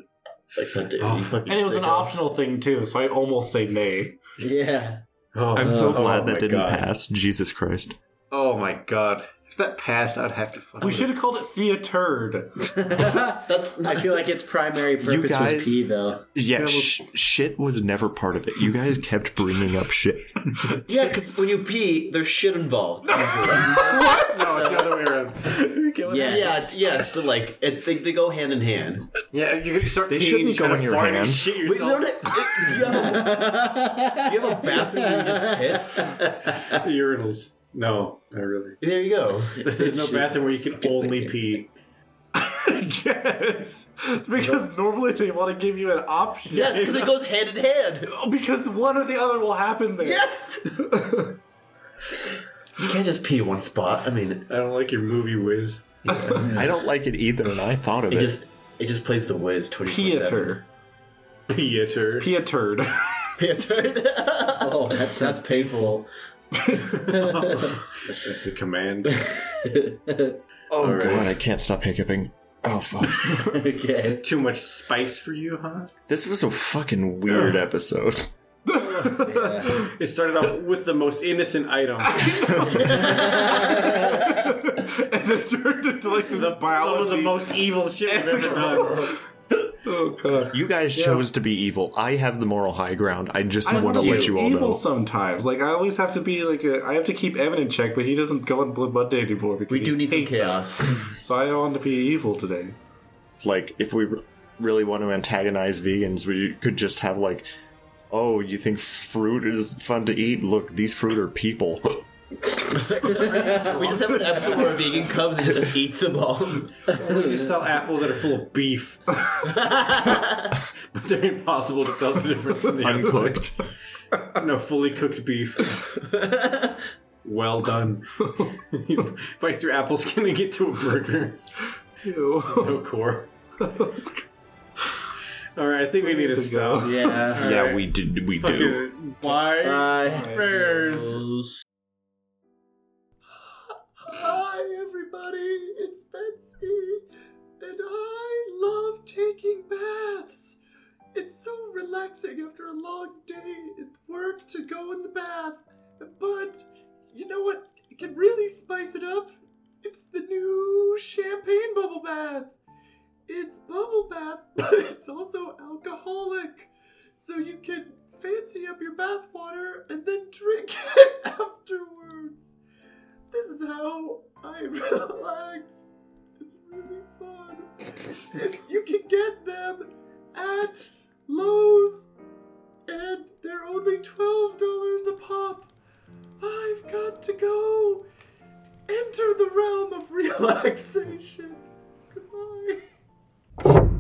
Speaker 2: Like that dude.
Speaker 4: Oh.
Speaker 2: you fucking
Speaker 1: And it was an
Speaker 2: sicko.
Speaker 1: optional thing too, so I almost say nay.
Speaker 5: Yeah.
Speaker 4: Oh,
Speaker 6: I'm so
Speaker 4: oh
Speaker 6: glad
Speaker 4: my
Speaker 6: that didn't
Speaker 4: God.
Speaker 6: pass. Jesus Christ.
Speaker 4: Oh my god. If that passed, I'd have to fucking.
Speaker 1: We should have called it theatered.
Speaker 5: That's. I feel like its primary purpose
Speaker 6: guys-
Speaker 5: was pee, though.
Speaker 6: Yeah, sh- shit was never part of it. You guys kept bringing up shit.
Speaker 2: Yeah, because when you pee, there's shit involved.
Speaker 4: No, it's the other way around.
Speaker 5: Yes.
Speaker 2: Yeah, yes, but like it, they, they go hand in hand.
Speaker 4: yeah, you could start
Speaker 6: They
Speaker 4: peeing,
Speaker 6: shouldn't
Speaker 4: you
Speaker 6: go
Speaker 4: gotta
Speaker 6: in your
Speaker 4: fart and
Speaker 6: hand.
Speaker 4: Shit
Speaker 2: Wait, no,
Speaker 4: yourself.
Speaker 2: no, you, have a, you have a bathroom where you just piss.
Speaker 4: the urinals. No, not really.
Speaker 2: There you go.
Speaker 4: There's no bathroom where you can only pee.
Speaker 1: I guess. It's because normally they want to give you an option.
Speaker 2: Yes, because it goes hand in hand.
Speaker 1: Oh, because one or the other will happen there.
Speaker 2: Yes. you can't just pee one spot. I mean,
Speaker 4: I don't like your movie whiz.
Speaker 6: I don't like it either, and I thought of
Speaker 2: it
Speaker 6: it.
Speaker 2: just it just plays the whiz twenty four seven.
Speaker 1: Pieter.
Speaker 4: Pieter.
Speaker 1: Pietered.
Speaker 2: Pieter.
Speaker 5: Oh, that sounds painful.
Speaker 4: That's a command.
Speaker 6: oh
Speaker 4: All
Speaker 6: god,
Speaker 4: right.
Speaker 6: I can't stop hiccuping. Oh fuck.
Speaker 5: okay.
Speaker 4: Too much spice for you, huh?
Speaker 6: this was a fucking weird episode.
Speaker 5: Yeah.
Speaker 4: It started off with the most innocent item.
Speaker 1: and it turned into like this
Speaker 4: the, some of
Speaker 1: biology.
Speaker 4: the most evil shit we've ever done.
Speaker 1: oh god.
Speaker 6: You guys chose to be evil. I have the moral high ground. I just want to let you all
Speaker 1: evil
Speaker 6: know.
Speaker 1: sometimes. Like I always have to be like a, I have to keep Evan in check, but he doesn't go on Blue Monday anymore because
Speaker 2: We do
Speaker 1: he
Speaker 2: need some
Speaker 1: hates us.
Speaker 2: chaos.
Speaker 1: So I want to be evil today.
Speaker 6: It's like if we re- really want to antagonize vegans, we could just have like, oh, you think fruit is fun to eat? Look, these fruit are people.
Speaker 2: we just have an episode where a vegan comes and just eats them all.
Speaker 4: We just sell apples that are full of beef, but they're impossible to tell the difference from the
Speaker 6: Uncooked.
Speaker 4: outside. No, fully cooked beef. Well done. you bite through apple skin and get to a burger.
Speaker 1: Ew.
Speaker 4: No core. All right, I think we need to
Speaker 1: to go.
Speaker 4: stop.
Speaker 5: Yeah.
Speaker 6: yeah, we did. We
Speaker 4: Fuck
Speaker 6: do.
Speaker 4: it. Bye.
Speaker 5: Bye.
Speaker 4: Bears.
Speaker 7: Hi, everybody. It's Betsy, and I love taking baths. It's so relaxing after a long day at work to go in the bath. But you know what? It can really spice it up. It's the new champagne bubble bath. It's bubble bath, but it's also alcoholic. So you can fancy up your bath water and then drink it afterwards. This is how I relax. It's really fun. And you can get them at Lowe's, and they're only $12 a pop. I've got to go. Enter the realm of relaxation. Goodbye.